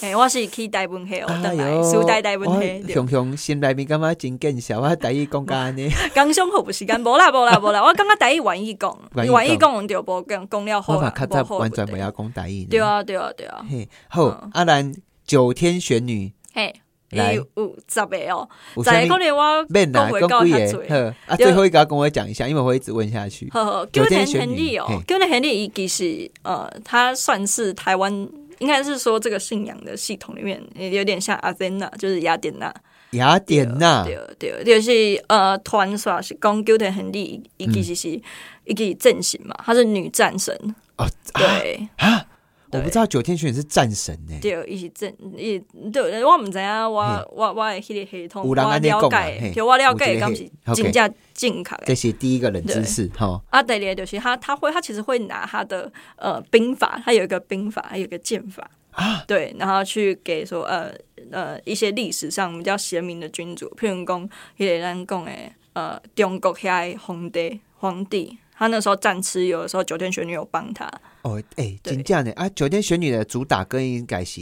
[SPEAKER 2] 嘿，我是去台本 [laughs]
[SPEAKER 1] 哎
[SPEAKER 2] 黑学转来的，苏台台本黑。对
[SPEAKER 1] 哦熊熊心内面感觉真见笑，
[SPEAKER 2] [laughs]
[SPEAKER 1] 我第一讲安尼，
[SPEAKER 2] 刚上好不时间，无啦
[SPEAKER 1] [laughs]
[SPEAKER 2] 无啦无啦，我感觉台语愿意讲，
[SPEAKER 1] 愿意讲
[SPEAKER 2] 愿意讲就无讲，讲了
[SPEAKER 1] 我
[SPEAKER 2] 好
[SPEAKER 1] 嘛
[SPEAKER 2] 啦
[SPEAKER 1] 较，
[SPEAKER 2] 无
[SPEAKER 1] 早
[SPEAKER 2] 好
[SPEAKER 1] 完全袂
[SPEAKER 2] 对。
[SPEAKER 1] 晓讲台语呢。
[SPEAKER 2] 对啊对啊对啊，
[SPEAKER 1] 嘿，好，
[SPEAKER 2] 嗯
[SPEAKER 1] 啊咱九天玄女
[SPEAKER 2] 嘿，
[SPEAKER 1] 来
[SPEAKER 2] 伊有有十个哦，
[SPEAKER 1] 有
[SPEAKER 2] 十
[SPEAKER 1] 啥
[SPEAKER 2] 个可
[SPEAKER 1] 物？
[SPEAKER 2] 能我
[SPEAKER 1] 免啦，
[SPEAKER 2] 讲袂
[SPEAKER 1] 讲
[SPEAKER 2] 到
[SPEAKER 1] 几
[SPEAKER 2] 遐多。
[SPEAKER 1] 个？好，啊，
[SPEAKER 2] 对
[SPEAKER 1] 最后一个要跟我讲一下，因为我会一直问下
[SPEAKER 2] [laughs]
[SPEAKER 1] 去。
[SPEAKER 2] 呵呵，
[SPEAKER 1] 九
[SPEAKER 2] 九
[SPEAKER 1] 天
[SPEAKER 2] 天
[SPEAKER 1] 玄
[SPEAKER 2] 玄
[SPEAKER 1] 女
[SPEAKER 2] 女哦
[SPEAKER 1] 嘿，
[SPEAKER 2] 九天玄女伊其实呃，它算是台湾，应该是说这个信仰的系统里面，有点像阿森纳，就是雅典娜。
[SPEAKER 1] 雅典娜，
[SPEAKER 2] 对对，就是呃，传说是讲九天很利，
[SPEAKER 1] 嗯
[SPEAKER 2] 伊其实是伊个阵型嘛，她是女战神。
[SPEAKER 1] 哦，
[SPEAKER 2] 对
[SPEAKER 1] 我不知道九天玄女是战神呢。
[SPEAKER 2] 对，伊是阵伊对，我毋知影我我我的迄个系统，
[SPEAKER 1] 有
[SPEAKER 2] 我
[SPEAKER 1] 人安尼讲
[SPEAKER 2] 了
[SPEAKER 1] 啊嘿
[SPEAKER 2] 解，就我了
[SPEAKER 1] 有一
[SPEAKER 2] 解，
[SPEAKER 1] 个
[SPEAKER 2] 敢是
[SPEAKER 1] 嘿，OK
[SPEAKER 2] 真正正确
[SPEAKER 1] 这
[SPEAKER 2] 的。
[SPEAKER 1] 是第一个冷知识，哈，
[SPEAKER 2] 啊，第二个就是他，他会，他其实会拿他的呃兵法，他有一个兵法，还有一个剑法啊，对，然后去给说呃呃一些历史上比较贤明的君主，譬如讲迄个咱讲的呃中国遐的皇帝皇帝，他那时候战蚩尤的时候，九天玄女有帮他，
[SPEAKER 1] 哦，哎，
[SPEAKER 2] 对
[SPEAKER 1] 真正呢啊，九天玄女的主打歌应该是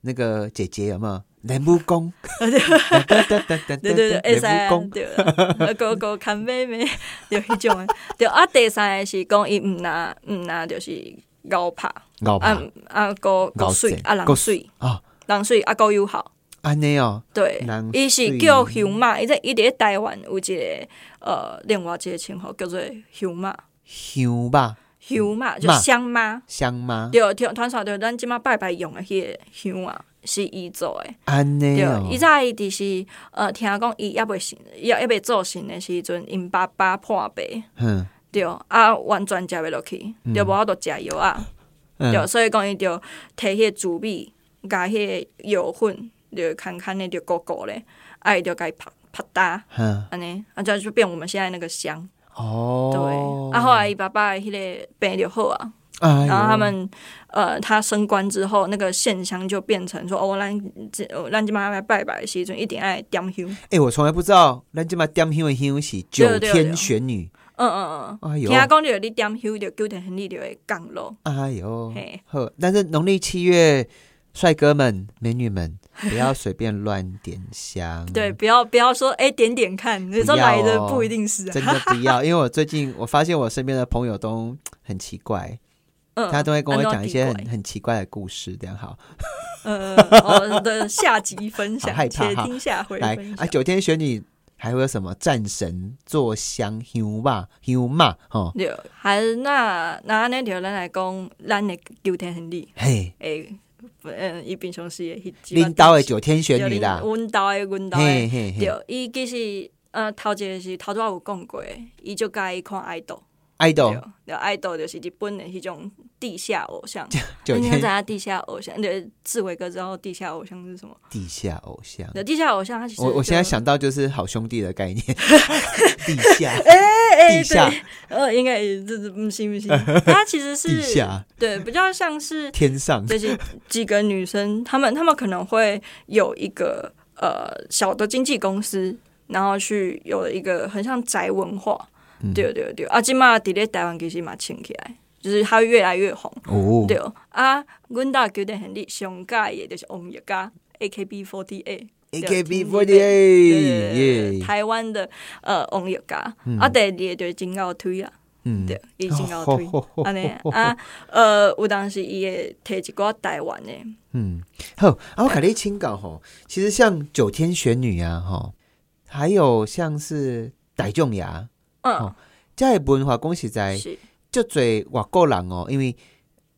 [SPEAKER 1] 那个姐姐有没有？人不公，
[SPEAKER 2] [laughs]
[SPEAKER 1] [laughs]
[SPEAKER 2] 对
[SPEAKER 1] 对
[SPEAKER 2] 对对，会使
[SPEAKER 1] 人
[SPEAKER 2] 啊
[SPEAKER 1] 不公，
[SPEAKER 2] 对啦，哥哥看妹妹，就迄种诶。对啊，第三个是讲伊毋拿毋拿，就是咬拍
[SPEAKER 1] 老
[SPEAKER 2] 啊
[SPEAKER 1] 吧，
[SPEAKER 2] 啊个
[SPEAKER 1] 咬
[SPEAKER 2] 个水
[SPEAKER 1] 水
[SPEAKER 2] 啊
[SPEAKER 1] 够
[SPEAKER 2] 人水
[SPEAKER 1] 啊。
[SPEAKER 2] 人水啊个友好，
[SPEAKER 1] 安尼哦，
[SPEAKER 2] 对
[SPEAKER 1] 人，
[SPEAKER 2] 伊是
[SPEAKER 1] 水
[SPEAKER 2] 叫熊马，伊在伊伫咧台湾有一个呃另外一个称呼叫做熊马，
[SPEAKER 1] 香吧，
[SPEAKER 2] 熊马就
[SPEAKER 1] 马
[SPEAKER 2] 香妈。
[SPEAKER 1] 香吗？
[SPEAKER 2] 对，听传说对，咱即马拜拜用诶迄个香啊，是伊做诶。
[SPEAKER 1] 安尼哦
[SPEAKER 2] 对，，以前伊就是呃，听讲伊还袂成，伊还袂做成的时阵，因爸爸破病，
[SPEAKER 1] 嗯
[SPEAKER 2] 对，啊，完全食袂落去，
[SPEAKER 1] 嗯
[SPEAKER 2] 对，无法度食药啊，对，
[SPEAKER 1] 嗯，
[SPEAKER 2] 所以讲伊就摕迄个猪米甲迄个药粉，就牵牵的就糊糊咧，啊，伊就甲伊拍拍打。
[SPEAKER 1] 嗯
[SPEAKER 2] 安尼，啊，这样就变我们现在那个香，对。
[SPEAKER 1] 哦，
[SPEAKER 2] 啊，后来伊爸爸的迄个病就好啊，
[SPEAKER 1] 哎呦
[SPEAKER 2] 然后他们呃，他升官之后，那个县乡就变成说，哦，咱这呃咱今妈来拜拜的时阵，一定爱点香。
[SPEAKER 1] 哎、我从来不知道咱这嘛点香的香是九
[SPEAKER 2] 对对对
[SPEAKER 1] 天玄女，
[SPEAKER 2] 嗯嗯
[SPEAKER 1] 哎
[SPEAKER 2] 嗯，
[SPEAKER 1] 呦
[SPEAKER 2] 听，讲就有你点香，就九天神力就会降落。
[SPEAKER 1] 哎呦，
[SPEAKER 2] 嘿，，
[SPEAKER 1] 呵，但是农历七月，帅哥们、美女们，不要随便乱点香
[SPEAKER 2] 对，，不要不要说哎点点看，有时候
[SPEAKER 1] 嗯不要
[SPEAKER 2] 来的
[SPEAKER 1] 哦
[SPEAKER 2] 不一定是啊。
[SPEAKER 1] 真的不要，因为我最近我发现我身边的朋友都很奇怪，
[SPEAKER 2] [laughs] 嗯，
[SPEAKER 1] 他都会跟我
[SPEAKER 2] 安诺
[SPEAKER 1] 讲一
[SPEAKER 2] 比
[SPEAKER 1] 些
[SPEAKER 2] 鬼
[SPEAKER 1] 很很奇怪的故事，这样好。
[SPEAKER 2] 呃，我
[SPEAKER 1] [laughs]
[SPEAKER 2] 们的下集分
[SPEAKER 1] 好
[SPEAKER 2] 享，
[SPEAKER 1] 害怕
[SPEAKER 2] 且
[SPEAKER 1] 哈
[SPEAKER 2] 听下回
[SPEAKER 1] 来
[SPEAKER 2] 分
[SPEAKER 1] 啊，
[SPEAKER 2] 享。
[SPEAKER 1] 九天玄女还会有什么战神坐香香吧香嘛？哦，
[SPEAKER 2] 对，还是那那那条咱来讲，咱的九天很厉
[SPEAKER 1] 嘿，
[SPEAKER 2] 诶，嗯，伊平常时也去。
[SPEAKER 1] 拎刀的九天玄女啦，
[SPEAKER 2] 阮兜的阮兜
[SPEAKER 1] 嘿
[SPEAKER 2] 的，
[SPEAKER 1] 嘿嘿
[SPEAKER 2] 对，伊其实呃头一个是头拄仔有讲过的，伊就甲伊看爱豆，对
[SPEAKER 1] ，idol，
[SPEAKER 2] 对，爱豆就是日本的迄种地下偶
[SPEAKER 1] [laughs]
[SPEAKER 2] 像。
[SPEAKER 1] 九
[SPEAKER 2] 你要知
[SPEAKER 1] 天
[SPEAKER 2] 道地下偶像，对，志伟哥知道地下偶像是什么？
[SPEAKER 1] 地下偶像。
[SPEAKER 2] 对，地下偶像他其
[SPEAKER 1] 嗯
[SPEAKER 2] 实
[SPEAKER 1] 我我
[SPEAKER 2] 就
[SPEAKER 1] 现在想到就是好兄弟的
[SPEAKER 2] [laughs]
[SPEAKER 1] 概念，地下，
[SPEAKER 2] 哎
[SPEAKER 1] 地下，
[SPEAKER 2] 呃，应该也这是不行
[SPEAKER 1] [laughs]
[SPEAKER 2] 不行，他其
[SPEAKER 1] 地
[SPEAKER 2] 实是
[SPEAKER 1] 下，
[SPEAKER 2] 对比较像是
[SPEAKER 1] 天上，
[SPEAKER 2] 就是几个女生，她们她们可能会有一个呃小的经纪公司，然后去有一个很像宅文化，
[SPEAKER 1] 嗯
[SPEAKER 2] 对对对，啊，今嘛伫咧台湾其实嘛兴起来，就是它越来越红，
[SPEAKER 1] 哦，
[SPEAKER 2] 对啊，阮大九点很厉，上佳也就是王力加 AKB48。
[SPEAKER 1] a
[SPEAKER 2] 对
[SPEAKER 1] k b 4
[SPEAKER 2] 对对对
[SPEAKER 1] 8
[SPEAKER 2] 对
[SPEAKER 1] 耶，
[SPEAKER 2] 台湾的呃王力加，啊，第二个就是真够推啊，
[SPEAKER 1] 嗯，
[SPEAKER 2] 对，伊真够推。
[SPEAKER 1] 哦
[SPEAKER 2] 安尼啊，呃，有当时伊会摕一寡台湾的，
[SPEAKER 1] 嗯，好，啊，我凯你清港吼，其实像九天玄女啊，吼，还有像是傣仲牙，哦
[SPEAKER 2] 嗯，
[SPEAKER 1] 这的文化讲实在，
[SPEAKER 2] 是，
[SPEAKER 1] 足侪外国人哦，因为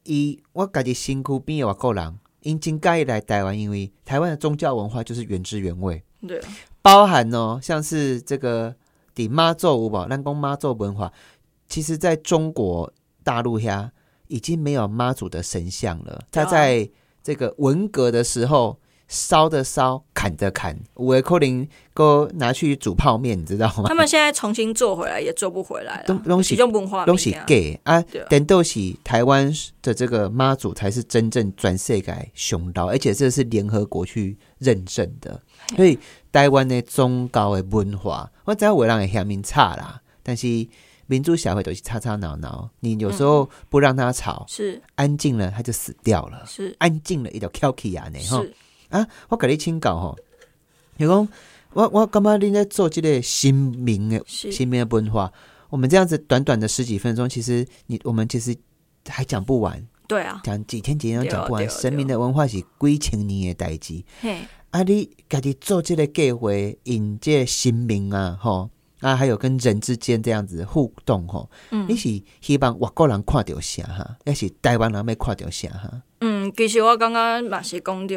[SPEAKER 1] 伊我家己身躯边的外国人，因真介意来台湾，因为台湾的宗教文化就是原汁原味，
[SPEAKER 2] 对，啊
[SPEAKER 1] 包含哦，像是这个底妈咒舞宝、咱讲妈咒文化，其实在中国大陆呀，已经没有妈祖的神像了。他
[SPEAKER 2] 对啊
[SPEAKER 1] 在这个文革的时候烧的烧，砍的砍，五维扣零哥拿去煮泡面，你知道吗
[SPEAKER 2] 他？们现在重新做回来也做不回来
[SPEAKER 1] 东
[SPEAKER 2] 了，啊
[SPEAKER 1] 东
[SPEAKER 2] 是
[SPEAKER 1] 西
[SPEAKER 2] 用文化
[SPEAKER 1] 东西
[SPEAKER 2] 物件
[SPEAKER 1] gay 啊
[SPEAKER 2] 对啊，
[SPEAKER 1] 等到是台湾的这个妈祖才是真正转世改雄道，而且这是联合国去认证的，所以台湾的宗教的文化，我知道有的人会嫌民差啦，但是民主社会都是吵吵闹闹，你有时
[SPEAKER 2] 嗯
[SPEAKER 1] 候不让他吵，
[SPEAKER 2] 是
[SPEAKER 1] 安静了他就死掉了，
[SPEAKER 2] 是
[SPEAKER 1] 安静了伊就翘起啊呢吼。
[SPEAKER 2] 是，
[SPEAKER 1] 啊，我甲你请教吼，你讲我我感觉你在做这个新民的
[SPEAKER 2] 是
[SPEAKER 1] 新民的文化，我们这样子短短的十几分钟，其实你我们其实还讲不完，
[SPEAKER 2] 对啊，
[SPEAKER 1] 讲几天几天都
[SPEAKER 2] 对
[SPEAKER 1] 讲不完。
[SPEAKER 2] 对哦对
[SPEAKER 1] 神明的文化是几千年的代志，
[SPEAKER 2] 嘿，
[SPEAKER 1] 啊，你家己做这个计划，引这个神明啊，吼。啊，还有跟人之间这样子互动吼，
[SPEAKER 2] 嗯
[SPEAKER 1] 你是希望外国人看到啥哈，还是台湾人要看到啥哈？
[SPEAKER 2] 嗯，其实我刚刚嘛是讲到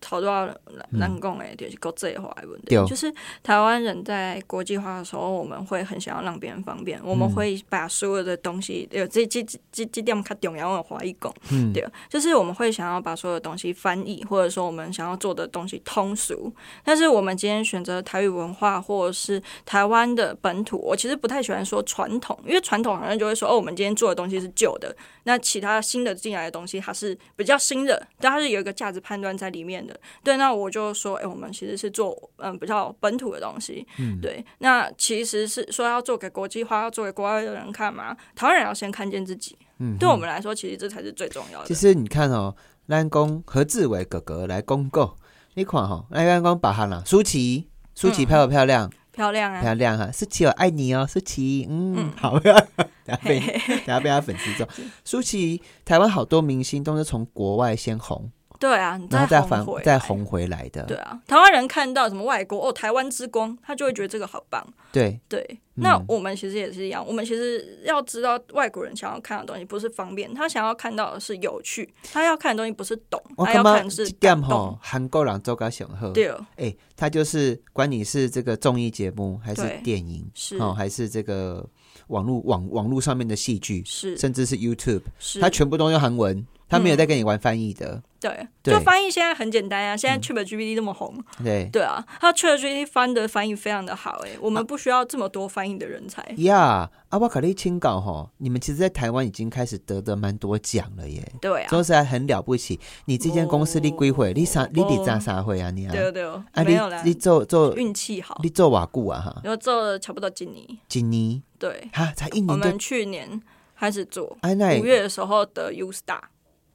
[SPEAKER 2] 头拄仔咱讲的，就是国际化的问题，
[SPEAKER 1] 对
[SPEAKER 2] 就是台湾人在国际化的时候，我们会很想要让别人方便，
[SPEAKER 1] 嗯
[SPEAKER 2] 我们会把所有的东西，有这这这这这点较重要，我怀疑讲，
[SPEAKER 1] 嗯
[SPEAKER 2] 对，就是我们会想要把所有东西翻译，或者说我们想要做的东西通俗，但是我们今天选择台语文化或者是台湾的本土，我其实不太喜欢说传统，因为传统好像就会说哦，我们今天做的东西是旧的，那其他新的进来的东西它是比较新的，但它是有一个价值判断在里面的。对，那我就说，哎、我们其实是做嗯比较本土的东西，嗯，对。那其实是说要做给国际化，要做给国外的人看嘛，台湾人要先看见自己。嗯，对我们来说，其实这才是最重要的。
[SPEAKER 1] 其实你看哦，咱讲何志伟哥哥来公告，你看哈、哦，来咱讲别行啦，舒淇，舒
[SPEAKER 2] 嗯
[SPEAKER 1] 淇漂不漂亮？
[SPEAKER 2] 漂亮啊，
[SPEAKER 1] 漂亮哈、舒淇我爱你哦，舒淇，嗯，
[SPEAKER 2] 嗯
[SPEAKER 1] 好呀， [laughs] 等下被 [laughs] 等下被他粉丝
[SPEAKER 2] [laughs]
[SPEAKER 1] 揍。舒淇，台湾好多明星都是从国外先红，
[SPEAKER 2] 对啊，你
[SPEAKER 1] 然后再
[SPEAKER 2] 红
[SPEAKER 1] 反
[SPEAKER 2] 回来
[SPEAKER 1] 再。红回来的，
[SPEAKER 2] 对啊，台湾人看到什么外国哦，台湾之光，他就会觉得这个好棒。
[SPEAKER 1] 对
[SPEAKER 2] 对，
[SPEAKER 1] 嗯
[SPEAKER 2] 那我们其实也是一样，我们其实要知道外国人想要看的东西不是方便，他想要看到的是有趣，他要看的东西不是懂，
[SPEAKER 1] 我
[SPEAKER 2] 他啊要
[SPEAKER 1] 感
[SPEAKER 2] 看
[SPEAKER 1] 觉
[SPEAKER 2] 的是
[SPEAKER 1] 这点吼、
[SPEAKER 2] 感动。
[SPEAKER 1] 韩国人做个雄厚，
[SPEAKER 2] 对，哦
[SPEAKER 1] 哎、他就是管你是这个综艺节目还是
[SPEAKER 2] 对
[SPEAKER 1] 电影，
[SPEAKER 2] 是
[SPEAKER 1] 哦，还是这个网络网网络上面的戏剧，
[SPEAKER 2] 是
[SPEAKER 1] 甚至是 YouTube。
[SPEAKER 2] 是，嗯
[SPEAKER 1] 他全部都用韩文，他没有在跟你玩翻译的，
[SPEAKER 2] 对，
[SPEAKER 1] 对嗯
[SPEAKER 2] 就翻译现在很简单啊，现在 ChatGPT 这么红，
[SPEAKER 1] 对
[SPEAKER 2] 对啊，它 ChatGPT 翻的翻译非常的好、欸，哎，我
[SPEAKER 1] 啊
[SPEAKER 2] 们不需要这么多翻译的人才，
[SPEAKER 1] 呀。阿瓦卡利清稿哈，你们其实，在台湾已经开始得得蛮多奖了耶，
[SPEAKER 2] 对啊，
[SPEAKER 1] 说实在很了不起。你这间公司你几会，你啥你
[SPEAKER 2] 哦
[SPEAKER 1] 得咋啥会啊你啊？
[SPEAKER 2] 对对
[SPEAKER 1] 啊
[SPEAKER 2] 没有啦
[SPEAKER 1] 你，你做做
[SPEAKER 2] 运气好，
[SPEAKER 1] 你做瓦固啊哈？
[SPEAKER 2] 然后做了差不多今年，
[SPEAKER 1] 今年
[SPEAKER 2] 对，
[SPEAKER 1] 哈才一
[SPEAKER 2] 我
[SPEAKER 1] 年就
[SPEAKER 2] 们去年开始做，
[SPEAKER 1] 哎那也
[SPEAKER 2] 五月的时候得 U Star。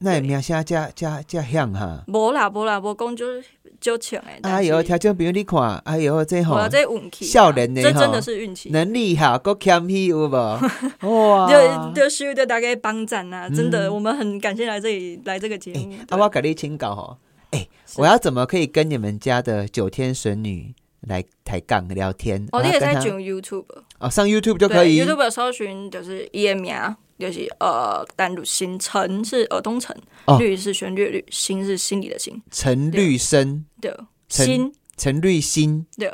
[SPEAKER 1] 那也名声加加加响哈。
[SPEAKER 2] 无啦无啦，无讲就就请诶。但
[SPEAKER 1] 哎
[SPEAKER 2] 是
[SPEAKER 1] 呦，条件比如你看，哎呦这
[SPEAKER 2] 我
[SPEAKER 1] 吼
[SPEAKER 2] 这运气啊，
[SPEAKER 1] 少年的
[SPEAKER 2] 这
[SPEAKER 1] 吼
[SPEAKER 2] 真的是运气。
[SPEAKER 1] 能力好，够谦虚有
[SPEAKER 2] [laughs]
[SPEAKER 1] 无？哇
[SPEAKER 2] 就！就收到大概帮展啊，真的，
[SPEAKER 1] 嗯
[SPEAKER 2] 我们很感谢来这里来这个节目
[SPEAKER 1] 哎，。阿
[SPEAKER 2] 对
[SPEAKER 1] 瓦卡利清稿吼，
[SPEAKER 2] 是
[SPEAKER 1] 我要怎么可以跟你们家的九天神女来抬杠聊天？
[SPEAKER 2] 哦，
[SPEAKER 1] 我
[SPEAKER 2] 你
[SPEAKER 1] 要
[SPEAKER 2] 也
[SPEAKER 1] 跟
[SPEAKER 2] 在
[SPEAKER 1] 她
[SPEAKER 2] 上 YouTube，
[SPEAKER 1] 哦，上 YouTube 就
[SPEAKER 2] 对
[SPEAKER 1] 可以。
[SPEAKER 2] YouTube 搜寻就是伊的名，就是呃，单独新陈是尔东陈
[SPEAKER 1] 哦，
[SPEAKER 2] 律是旋律的律，心是心理的心，
[SPEAKER 1] 陈律生，
[SPEAKER 2] 对，
[SPEAKER 1] 陈
[SPEAKER 2] 心
[SPEAKER 1] 陈律新，
[SPEAKER 2] 对，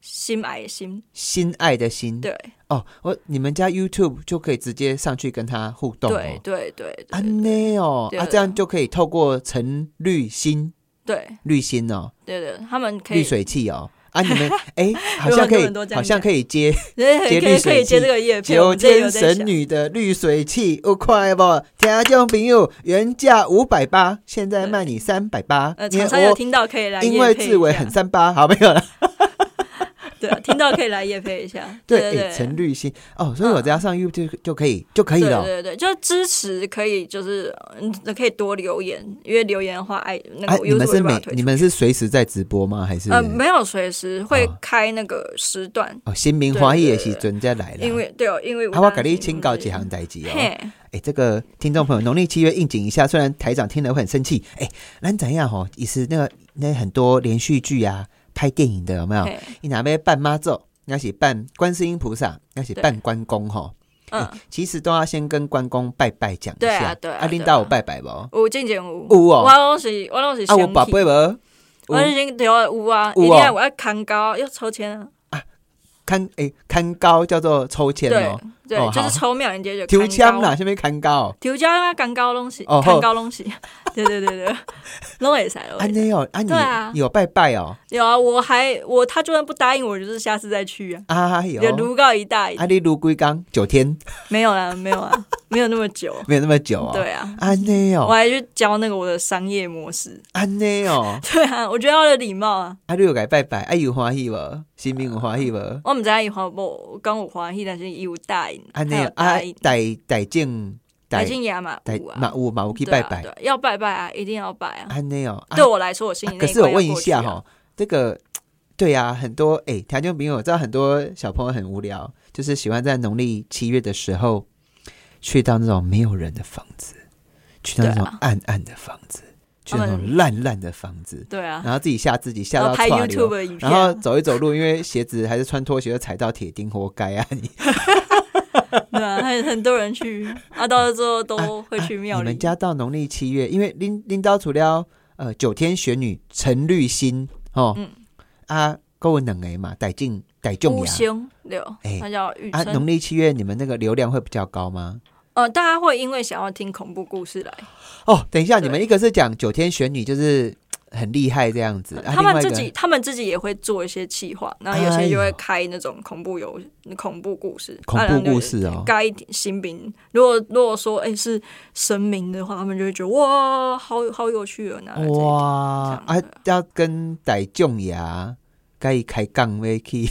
[SPEAKER 2] 心爱的心，
[SPEAKER 1] 心爱的心。
[SPEAKER 2] 对
[SPEAKER 1] 哦，我你们家 YouTube 就可以直接上去跟他互动、哦。
[SPEAKER 2] 对对对
[SPEAKER 1] 啊内哦，
[SPEAKER 2] 对
[SPEAKER 1] 啊这样就可以透过陈律新
[SPEAKER 2] 对
[SPEAKER 1] 律新哦，
[SPEAKER 2] 对对，他们可
[SPEAKER 1] 滤
[SPEAKER 2] 以
[SPEAKER 1] 水器哦。啊，你
[SPEAKER 2] [laughs]
[SPEAKER 1] 们哎、好像可
[SPEAKER 2] 有
[SPEAKER 1] 以
[SPEAKER 2] 很多人都这，样
[SPEAKER 1] 好像可以接
[SPEAKER 2] 对，
[SPEAKER 1] 接
[SPEAKER 2] 可
[SPEAKER 1] 绿
[SPEAKER 2] 以可
[SPEAKER 1] 水
[SPEAKER 2] 以
[SPEAKER 1] 器
[SPEAKER 2] 接这个叶片，我
[SPEAKER 1] 九
[SPEAKER 2] 们这 [laughs]
[SPEAKER 1] 天
[SPEAKER 2] 有在
[SPEAKER 1] 神
[SPEAKER 2] 想
[SPEAKER 1] 女的滤水器，有快不？听众朋友，原价五百八，现在卖你三百八
[SPEAKER 2] 呃，。厂
[SPEAKER 1] 因
[SPEAKER 2] 商有
[SPEAKER 1] 为
[SPEAKER 2] 听到可以来
[SPEAKER 1] 我
[SPEAKER 2] 业配一下，
[SPEAKER 1] 因为志伟很三八，好没有了。
[SPEAKER 2] 对啊，听到可以来夜配一下，
[SPEAKER 1] [laughs]
[SPEAKER 2] 对
[SPEAKER 1] 对，
[SPEAKER 2] 对嗯
[SPEAKER 1] 哎，陈绿新哦，所以我只要上 YouTube 就就可以就可以哦
[SPEAKER 2] 对
[SPEAKER 1] 了。
[SPEAKER 2] 对对，就支持可以就是嗯，可以多留言，因为留言的话，哎，那
[SPEAKER 1] 哎，
[SPEAKER 2] 个
[SPEAKER 1] 你们
[SPEAKER 2] YouTube
[SPEAKER 1] 是
[SPEAKER 2] 会把它
[SPEAKER 1] 每
[SPEAKER 2] 推
[SPEAKER 1] 你
[SPEAKER 2] 出。
[SPEAKER 1] 们是随时在直播吗？还是
[SPEAKER 2] 呃，没有随时会
[SPEAKER 1] 哦
[SPEAKER 2] 开那个时段，
[SPEAKER 1] 哦，新民华裔的时准再来了。
[SPEAKER 2] 因为对哦，因为
[SPEAKER 1] 啊，我给你请教
[SPEAKER 2] 搞
[SPEAKER 1] 一项代志哦。
[SPEAKER 2] 嘿，
[SPEAKER 1] 哎，这个听众朋友，农历七月应景一下，虽然台长听了会很生气。哎，咱怎样吼？也是那个那很多连续剧啊，拍电影的有没有？
[SPEAKER 2] 嘿
[SPEAKER 1] 你哪边扮妈祖，要是扮观世音菩萨，要是
[SPEAKER 2] 对
[SPEAKER 1] 扮关公吼，
[SPEAKER 2] 嗯，
[SPEAKER 1] 其实都要先跟关公拜拜讲一
[SPEAKER 2] 对
[SPEAKER 1] 下。
[SPEAKER 2] 啊对啊
[SPEAKER 1] 阿琳
[SPEAKER 2] 对啊
[SPEAKER 1] 达有拜拜不？
[SPEAKER 2] 有进前有，
[SPEAKER 1] 有哦
[SPEAKER 2] 我拢是，我拢是
[SPEAKER 1] 啊，
[SPEAKER 2] 先
[SPEAKER 1] 我宝
[SPEAKER 2] 去
[SPEAKER 1] 贝无。
[SPEAKER 2] 我已经对啊有啊，
[SPEAKER 1] 有
[SPEAKER 2] 一定
[SPEAKER 1] 哦
[SPEAKER 2] 要我要砍高，要抽签啊，
[SPEAKER 1] 看诶，看高叫做抽签
[SPEAKER 2] 对
[SPEAKER 1] 哦，
[SPEAKER 2] 对
[SPEAKER 1] 哦，
[SPEAKER 2] 就
[SPEAKER 1] 好
[SPEAKER 2] 是抽妙人街就
[SPEAKER 1] 抽
[SPEAKER 2] 砍
[SPEAKER 1] 签
[SPEAKER 2] 高啊
[SPEAKER 1] 啦，下面看高。
[SPEAKER 2] 调教啊，干高拢是，
[SPEAKER 1] 哦
[SPEAKER 2] 干高拢是， [laughs] 对对对
[SPEAKER 1] [laughs]
[SPEAKER 2] 对，拢会使拢
[SPEAKER 1] 安
[SPEAKER 2] 会使。
[SPEAKER 1] 尼哦，啊你
[SPEAKER 2] 对啊
[SPEAKER 1] 你有拜拜哦，
[SPEAKER 2] 有啊，我还我他就算不答应我，就是下次再去啊。
[SPEAKER 1] 啊
[SPEAKER 2] 有
[SPEAKER 1] 有。
[SPEAKER 2] 卢告一大
[SPEAKER 1] 啊你如龟刚九天， [laughs]
[SPEAKER 2] 没有啦，没有啊，没有那么久。
[SPEAKER 1] 没有那么久哦。
[SPEAKER 2] 对啊，
[SPEAKER 1] 安内
[SPEAKER 2] 我
[SPEAKER 1] 哦，
[SPEAKER 2] 还去教那个我的商业模式。 [laughs]
[SPEAKER 1] 安内哦，
[SPEAKER 2] 对啊，我觉得要有礼貌啊。
[SPEAKER 1] 啊你有该拜拜，啊有欢喜无？新
[SPEAKER 2] 呃
[SPEAKER 1] 兵有欢喜无？
[SPEAKER 2] 我们知伊欢不，讲有欢喜，但是伊有答应，
[SPEAKER 1] 安
[SPEAKER 2] 他
[SPEAKER 1] 内
[SPEAKER 2] 有
[SPEAKER 1] 哦
[SPEAKER 2] 答
[SPEAKER 1] 啊
[SPEAKER 2] 应，
[SPEAKER 1] 大大正
[SPEAKER 2] 来
[SPEAKER 1] 大
[SPEAKER 2] 进亚马
[SPEAKER 1] 大
[SPEAKER 2] 舞
[SPEAKER 1] 嘛
[SPEAKER 2] 啊，
[SPEAKER 1] 有嘛有去
[SPEAKER 2] 对
[SPEAKER 1] 拜
[SPEAKER 2] 啊
[SPEAKER 1] 拜
[SPEAKER 2] 对，啊要拜拜啊，一定要拜啊。
[SPEAKER 1] 安内哦。啊
[SPEAKER 2] 对我来说，我心里
[SPEAKER 1] 啊
[SPEAKER 2] 那
[SPEAKER 1] 可
[SPEAKER 2] 一
[SPEAKER 1] 是我
[SPEAKER 2] 关要
[SPEAKER 1] 问一
[SPEAKER 2] 过去
[SPEAKER 1] 下
[SPEAKER 2] 啊
[SPEAKER 1] 哈，这个对呀、很多哎，条件朋友，我知道很多小朋友很无聊，就是喜欢在农历七月的时候去到那种没有人的房子，去到那
[SPEAKER 2] 对
[SPEAKER 1] 种
[SPEAKER 2] 啊
[SPEAKER 1] 暗暗的房子，去那
[SPEAKER 2] 他
[SPEAKER 1] 种
[SPEAKER 2] 们
[SPEAKER 1] 烂烂的房子，
[SPEAKER 2] 对啊，
[SPEAKER 1] 然后自己吓自己吓
[SPEAKER 2] 然
[SPEAKER 1] 到
[SPEAKER 2] 后拍
[SPEAKER 1] 岔流
[SPEAKER 2] YouTube 的影片
[SPEAKER 1] 然
[SPEAKER 2] 啊，
[SPEAKER 1] 后走一走路，因为鞋子还是穿拖鞋，就踩到铁钉，活该啊！你
[SPEAKER 2] [laughs] 对啊，很很多人去，啊，到最后都会去
[SPEAKER 1] 啊
[SPEAKER 2] 庙
[SPEAKER 1] 你
[SPEAKER 2] 里。
[SPEAKER 1] 们家到农历七月，因为拎拎刀除了呃九天玄女陈绿心哦，
[SPEAKER 2] 嗯
[SPEAKER 1] 啊，够两个嘛，逮进逮中
[SPEAKER 2] 乌
[SPEAKER 1] 呀。
[SPEAKER 2] 星对哦
[SPEAKER 1] 哎，
[SPEAKER 2] 它叫玉
[SPEAKER 1] 啊，
[SPEAKER 2] 生。
[SPEAKER 1] 农历七月你们那个流量会比较高吗？
[SPEAKER 2] 呃，大家会因为想要听恐怖故事来，
[SPEAKER 1] 哦，等一下，
[SPEAKER 2] 对
[SPEAKER 1] 你们一个是讲九天玄女，就是嘖很厉害这样子，啊、
[SPEAKER 2] 他们
[SPEAKER 1] 另外一
[SPEAKER 2] 自
[SPEAKER 1] 个哎
[SPEAKER 2] 己他们自己也会做一些企划，然后有些就会开那种恐怖游、恐怖故事、
[SPEAKER 1] 恐
[SPEAKER 2] 啊
[SPEAKER 1] 怖故。事哦，
[SPEAKER 2] 该新兵，如果如果说哎、是神明的话，他们就会觉得哇，好好有趣哦，那来这里
[SPEAKER 1] 哇
[SPEAKER 2] 这
[SPEAKER 1] 啊
[SPEAKER 2] 样子，
[SPEAKER 1] 要跟傣种牙。该开杠威去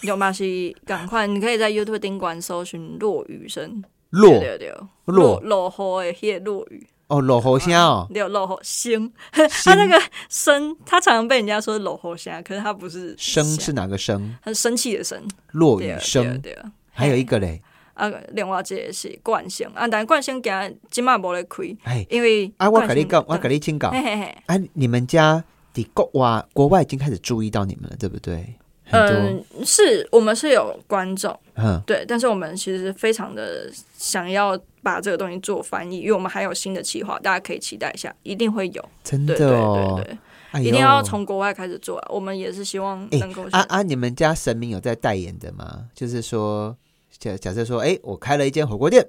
[SPEAKER 2] 有嘛是赶快，你可以在 YouTube 顶管搜寻落雨声，
[SPEAKER 1] 落
[SPEAKER 2] 对对对，
[SPEAKER 1] 落
[SPEAKER 2] 落雨的迄个落雨，
[SPEAKER 1] 哦，落喉声哦，
[SPEAKER 2] 六漏喉声， [laughs] 他那个声，他常常被人家说漏喉声，可是他不是
[SPEAKER 1] 声是哪个声？
[SPEAKER 2] 很生气的声，
[SPEAKER 1] 落
[SPEAKER 2] 对
[SPEAKER 1] 雨
[SPEAKER 2] 啊对啊
[SPEAKER 1] 声，
[SPEAKER 2] 对啊。
[SPEAKER 1] 哦还有一个嘞，
[SPEAKER 2] 啊，另外一个是惯性啊，但惯性今即马无咧开，
[SPEAKER 1] 哎
[SPEAKER 2] 因为
[SPEAKER 1] 啊，我跟你讲，
[SPEAKER 2] 惯
[SPEAKER 1] 我
[SPEAKER 2] 性
[SPEAKER 1] 跟你请教，
[SPEAKER 2] 嘿嘿嘿，
[SPEAKER 1] 啊，你们家的国外国外已经开始注意到你们了，对不对？很多，
[SPEAKER 2] 嗯，是我们是有观众
[SPEAKER 1] 嗯，
[SPEAKER 2] 对，但是我们其实非常的想要把这个东西做翻译，因为我们还有新的计划，大家可以期待一下，一定会有，
[SPEAKER 1] 真
[SPEAKER 2] 对
[SPEAKER 1] 的
[SPEAKER 2] 对
[SPEAKER 1] 哦
[SPEAKER 2] 对，对，
[SPEAKER 1] 哎
[SPEAKER 2] 一定要
[SPEAKER 1] 呦
[SPEAKER 2] 从国外开始做啊，我们也是希望
[SPEAKER 1] 哎
[SPEAKER 2] 能够
[SPEAKER 1] 啊
[SPEAKER 2] 先
[SPEAKER 1] 啊！你们家神明有在代言的吗？就是说，假假设说，哎、我开了一间火锅店，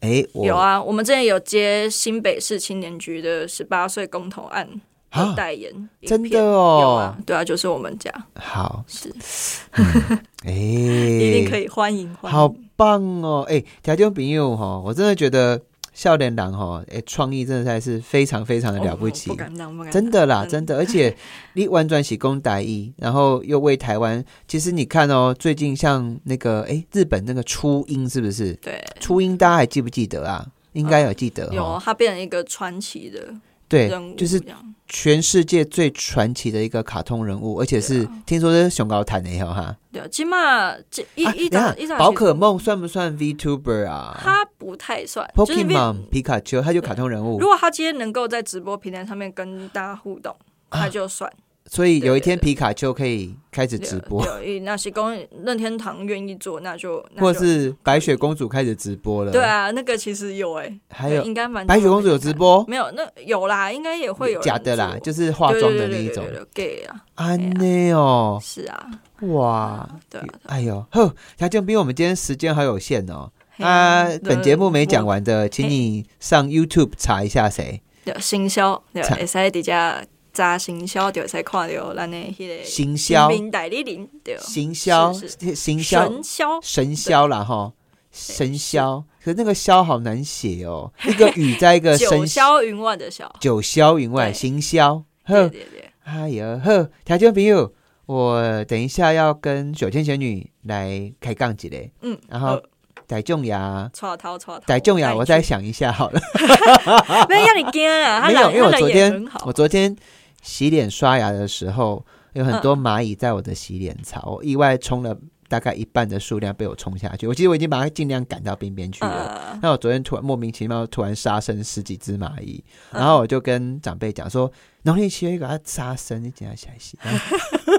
[SPEAKER 1] 哎，我
[SPEAKER 2] 有啊，我们之前有接新北市青年局的十八岁公投案
[SPEAKER 1] 啊
[SPEAKER 2] 的代言影片，
[SPEAKER 1] 真的
[SPEAKER 2] 有
[SPEAKER 1] 哦
[SPEAKER 2] 啊，，对啊，就是我们家，
[SPEAKER 1] 好，
[SPEAKER 2] 是 [laughs]
[SPEAKER 1] 哎，
[SPEAKER 2] 一
[SPEAKER 1] 一
[SPEAKER 2] 定可以欢迎欢迎。
[SPEAKER 1] 好棒哦！哎、条件朋友哈，我真的觉得笑脸郎哈，哎、创意真的才是非常非常的
[SPEAKER 2] 哦
[SPEAKER 1] 了不起，
[SPEAKER 2] 不敢当，不敢当
[SPEAKER 1] 真的啦，
[SPEAKER 2] 嗯
[SPEAKER 1] 真的，而且
[SPEAKER 2] [laughs]
[SPEAKER 1] 你玩转喜功达意，然后又为台湾，其实你看哦，最近像那个哎、日本那个初音是不是？
[SPEAKER 2] 对，
[SPEAKER 1] 初音大家还记不记得啊？应该有记得
[SPEAKER 2] 有
[SPEAKER 1] 哦
[SPEAKER 2] 啊，，他变成一个传奇的
[SPEAKER 1] 对
[SPEAKER 2] 人物，，
[SPEAKER 1] 就是
[SPEAKER 2] 这样
[SPEAKER 1] 全世界最传奇的一个卡通人物，而且是、
[SPEAKER 2] 对啊
[SPEAKER 1] 听说是熊高谈的哟哈。
[SPEAKER 2] 对啊。起码这一
[SPEAKER 1] 啊
[SPEAKER 2] 一
[SPEAKER 1] 等
[SPEAKER 2] 张
[SPEAKER 1] 一
[SPEAKER 2] 一
[SPEAKER 1] 下，
[SPEAKER 2] 张
[SPEAKER 1] 宝可梦算不算 VTuber 啊？
[SPEAKER 2] 他不太算，就是因为
[SPEAKER 1] Pokemon、皮哦卡丘，它就卡通人物
[SPEAKER 2] 如，果他今天能够在直播平台上面跟大家互动，
[SPEAKER 1] 啊
[SPEAKER 2] 他就算。
[SPEAKER 1] 所以有一
[SPEAKER 2] 对对
[SPEAKER 1] 天皮卡丘可以开始
[SPEAKER 2] 对
[SPEAKER 1] 直播，
[SPEAKER 2] 对，那些公任天堂愿意做，那就那
[SPEAKER 1] 或
[SPEAKER 2] 就
[SPEAKER 1] 是白雪公主开始直播了。
[SPEAKER 2] 对，啊，那个其实有哎，
[SPEAKER 1] 还有
[SPEAKER 2] 应该蛮多
[SPEAKER 1] 白雪公主有
[SPEAKER 2] 人看
[SPEAKER 1] 直播，
[SPEAKER 2] 没有？那有啦，应该也会有人
[SPEAKER 1] 假的啦
[SPEAKER 2] 做，
[SPEAKER 1] 就是化妆的那一
[SPEAKER 2] 对
[SPEAKER 1] 种
[SPEAKER 2] 对对对。对对，gay 啊，
[SPEAKER 1] 安内哦，
[SPEAKER 2] 是啊，
[SPEAKER 1] 哇，
[SPEAKER 2] 对啊，
[SPEAKER 1] 哎呦，呵，条件兵，我们今天时间好有限哦。
[SPEAKER 2] 对
[SPEAKER 1] 啊，本节目没讲，
[SPEAKER 2] 我
[SPEAKER 1] 完的，请你上 YouTube 查一下谁
[SPEAKER 2] 对行销，对，
[SPEAKER 1] 惨
[SPEAKER 2] 会使底下砸行销，就会使看到咱的迄个
[SPEAKER 1] 行销、
[SPEAKER 2] 民代理人，对，
[SPEAKER 1] 行销、
[SPEAKER 2] 是
[SPEAKER 1] 行销、
[SPEAKER 2] 神销，
[SPEAKER 1] 神霄啦哈，神霄，可是那个霄好难写哦，一个雨在一个神
[SPEAKER 2] [laughs] 九霄云外的霄，
[SPEAKER 1] 九霄云外，
[SPEAKER 2] 对
[SPEAKER 1] 行霄。
[SPEAKER 2] 对
[SPEAKER 1] 呵，
[SPEAKER 2] 对对，
[SPEAKER 1] 哎呦呵，条件朋友，我等一下要跟九天玄女来开杠几嘞，
[SPEAKER 2] 嗯，
[SPEAKER 1] 然后逮仲牙。
[SPEAKER 2] 错头错头，
[SPEAKER 1] 逮仲牙，
[SPEAKER 2] 带
[SPEAKER 1] 我
[SPEAKER 2] 去
[SPEAKER 1] 再想一下好了。
[SPEAKER 2] 没有让你惊啊，
[SPEAKER 1] [laughs]
[SPEAKER 2] 他
[SPEAKER 1] 没有，
[SPEAKER 2] 人
[SPEAKER 1] 因为我
[SPEAKER 2] 他人
[SPEAKER 1] 昨
[SPEAKER 2] 也
[SPEAKER 1] 天
[SPEAKER 2] 很好
[SPEAKER 1] 我昨天洗脸刷牙的时候，有很多蚂蚁在我的洗脸槽，我意外冲了大概一半的数量被我冲下去。我记得我已经把它尽量赶到边边去了，
[SPEAKER 2] 呃，
[SPEAKER 1] 那我昨天突然莫名其妙突然杀生十几只蚂蚁，然后我就跟长辈讲说，农历七月给它杀生，你等一下下洗。然后 [laughs]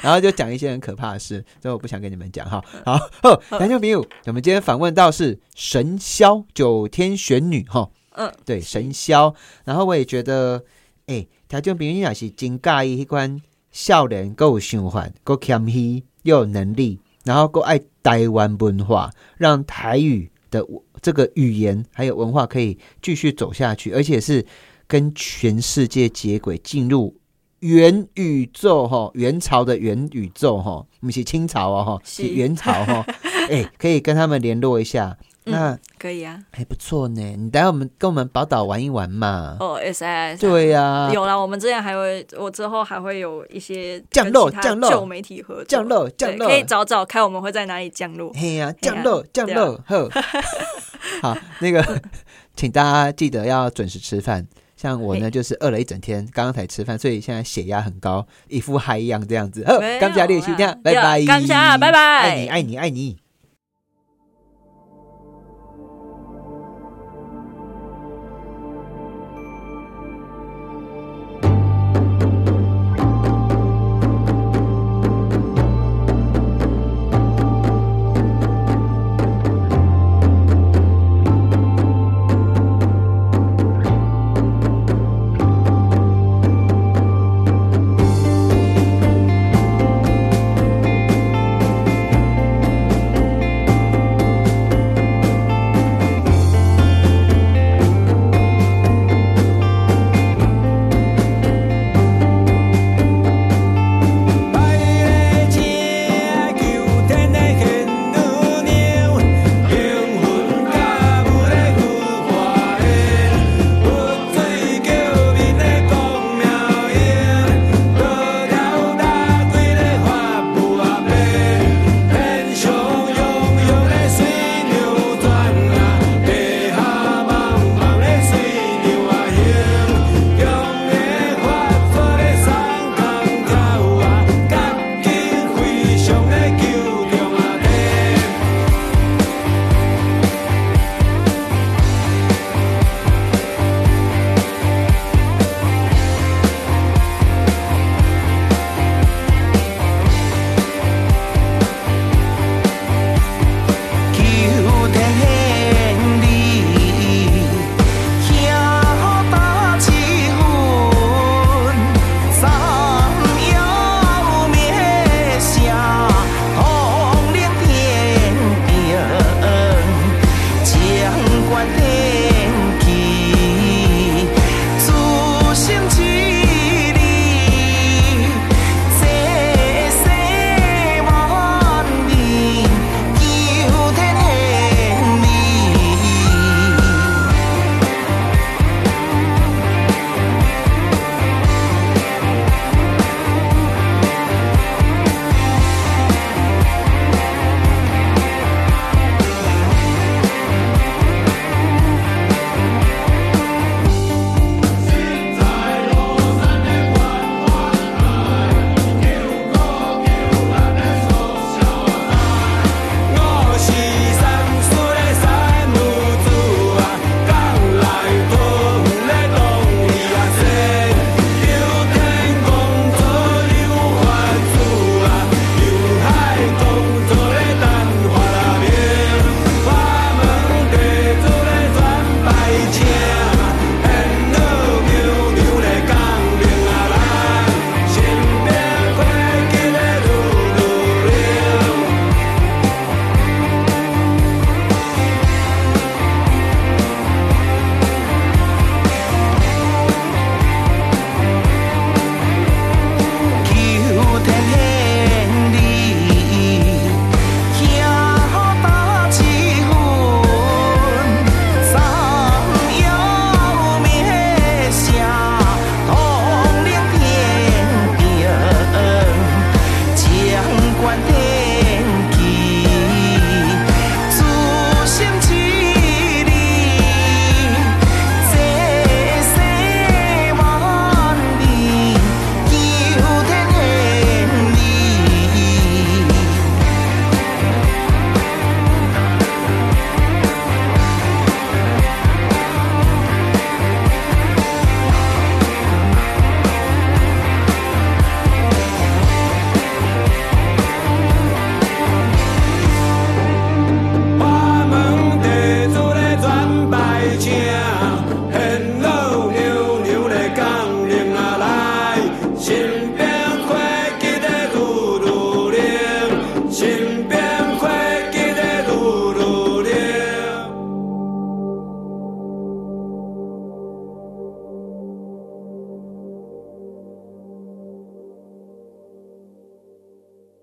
[SPEAKER 1] 然后就讲一些很可怕的事，所以我不想跟你们讲哈。好，呵，男女朋友，我们今天访问到是神霄九天玄女哈，
[SPEAKER 2] 嗯，
[SPEAKER 1] 对，神霄。然后我也觉得，哎，条件朋友也是真介意迄款少年够有想法，够谦虚，又有能力，然后够爱台湾文化，让台语的这个语言还有文化可以继续走下去，而且是跟全世界接轨，进入元宇宙哈，元朝的元宇宙哈，不是清朝哦哈，
[SPEAKER 2] 是
[SPEAKER 1] 是元朝哈，哎、可以跟他们联络一下，
[SPEAKER 2] 嗯
[SPEAKER 1] 那
[SPEAKER 2] 可以啊，
[SPEAKER 1] 还不错呢。你待会我们跟我们宝岛玩一玩嘛，
[SPEAKER 2] 哦，S I，
[SPEAKER 1] 对呀、
[SPEAKER 2] 有啦，我们之前还会，我之后还会有一些
[SPEAKER 1] 降落
[SPEAKER 2] 跟其他
[SPEAKER 1] 降落
[SPEAKER 2] 旧媒体合作
[SPEAKER 1] 降落
[SPEAKER 2] 对
[SPEAKER 1] 降落
[SPEAKER 2] 可以找找看我们会在哪里降落。
[SPEAKER 1] 嘿呀、
[SPEAKER 2] 嘿呀啊
[SPEAKER 1] 降落降落，
[SPEAKER 2] [laughs]
[SPEAKER 1] 呵，好，那个，请大家记得要准时吃饭。像我呢，
[SPEAKER 2] 嘿
[SPEAKER 1] 就是饿了一整天，刚刚才吃饭，所以现在血压很高，一副嗨样这样子。呵
[SPEAKER 2] 没，有
[SPEAKER 1] 感谢你的收听
[SPEAKER 2] 啦，
[SPEAKER 1] 拜
[SPEAKER 2] 对
[SPEAKER 1] 拜，
[SPEAKER 2] 感谢啊拜拜
[SPEAKER 1] 爱你，爱你，爱你。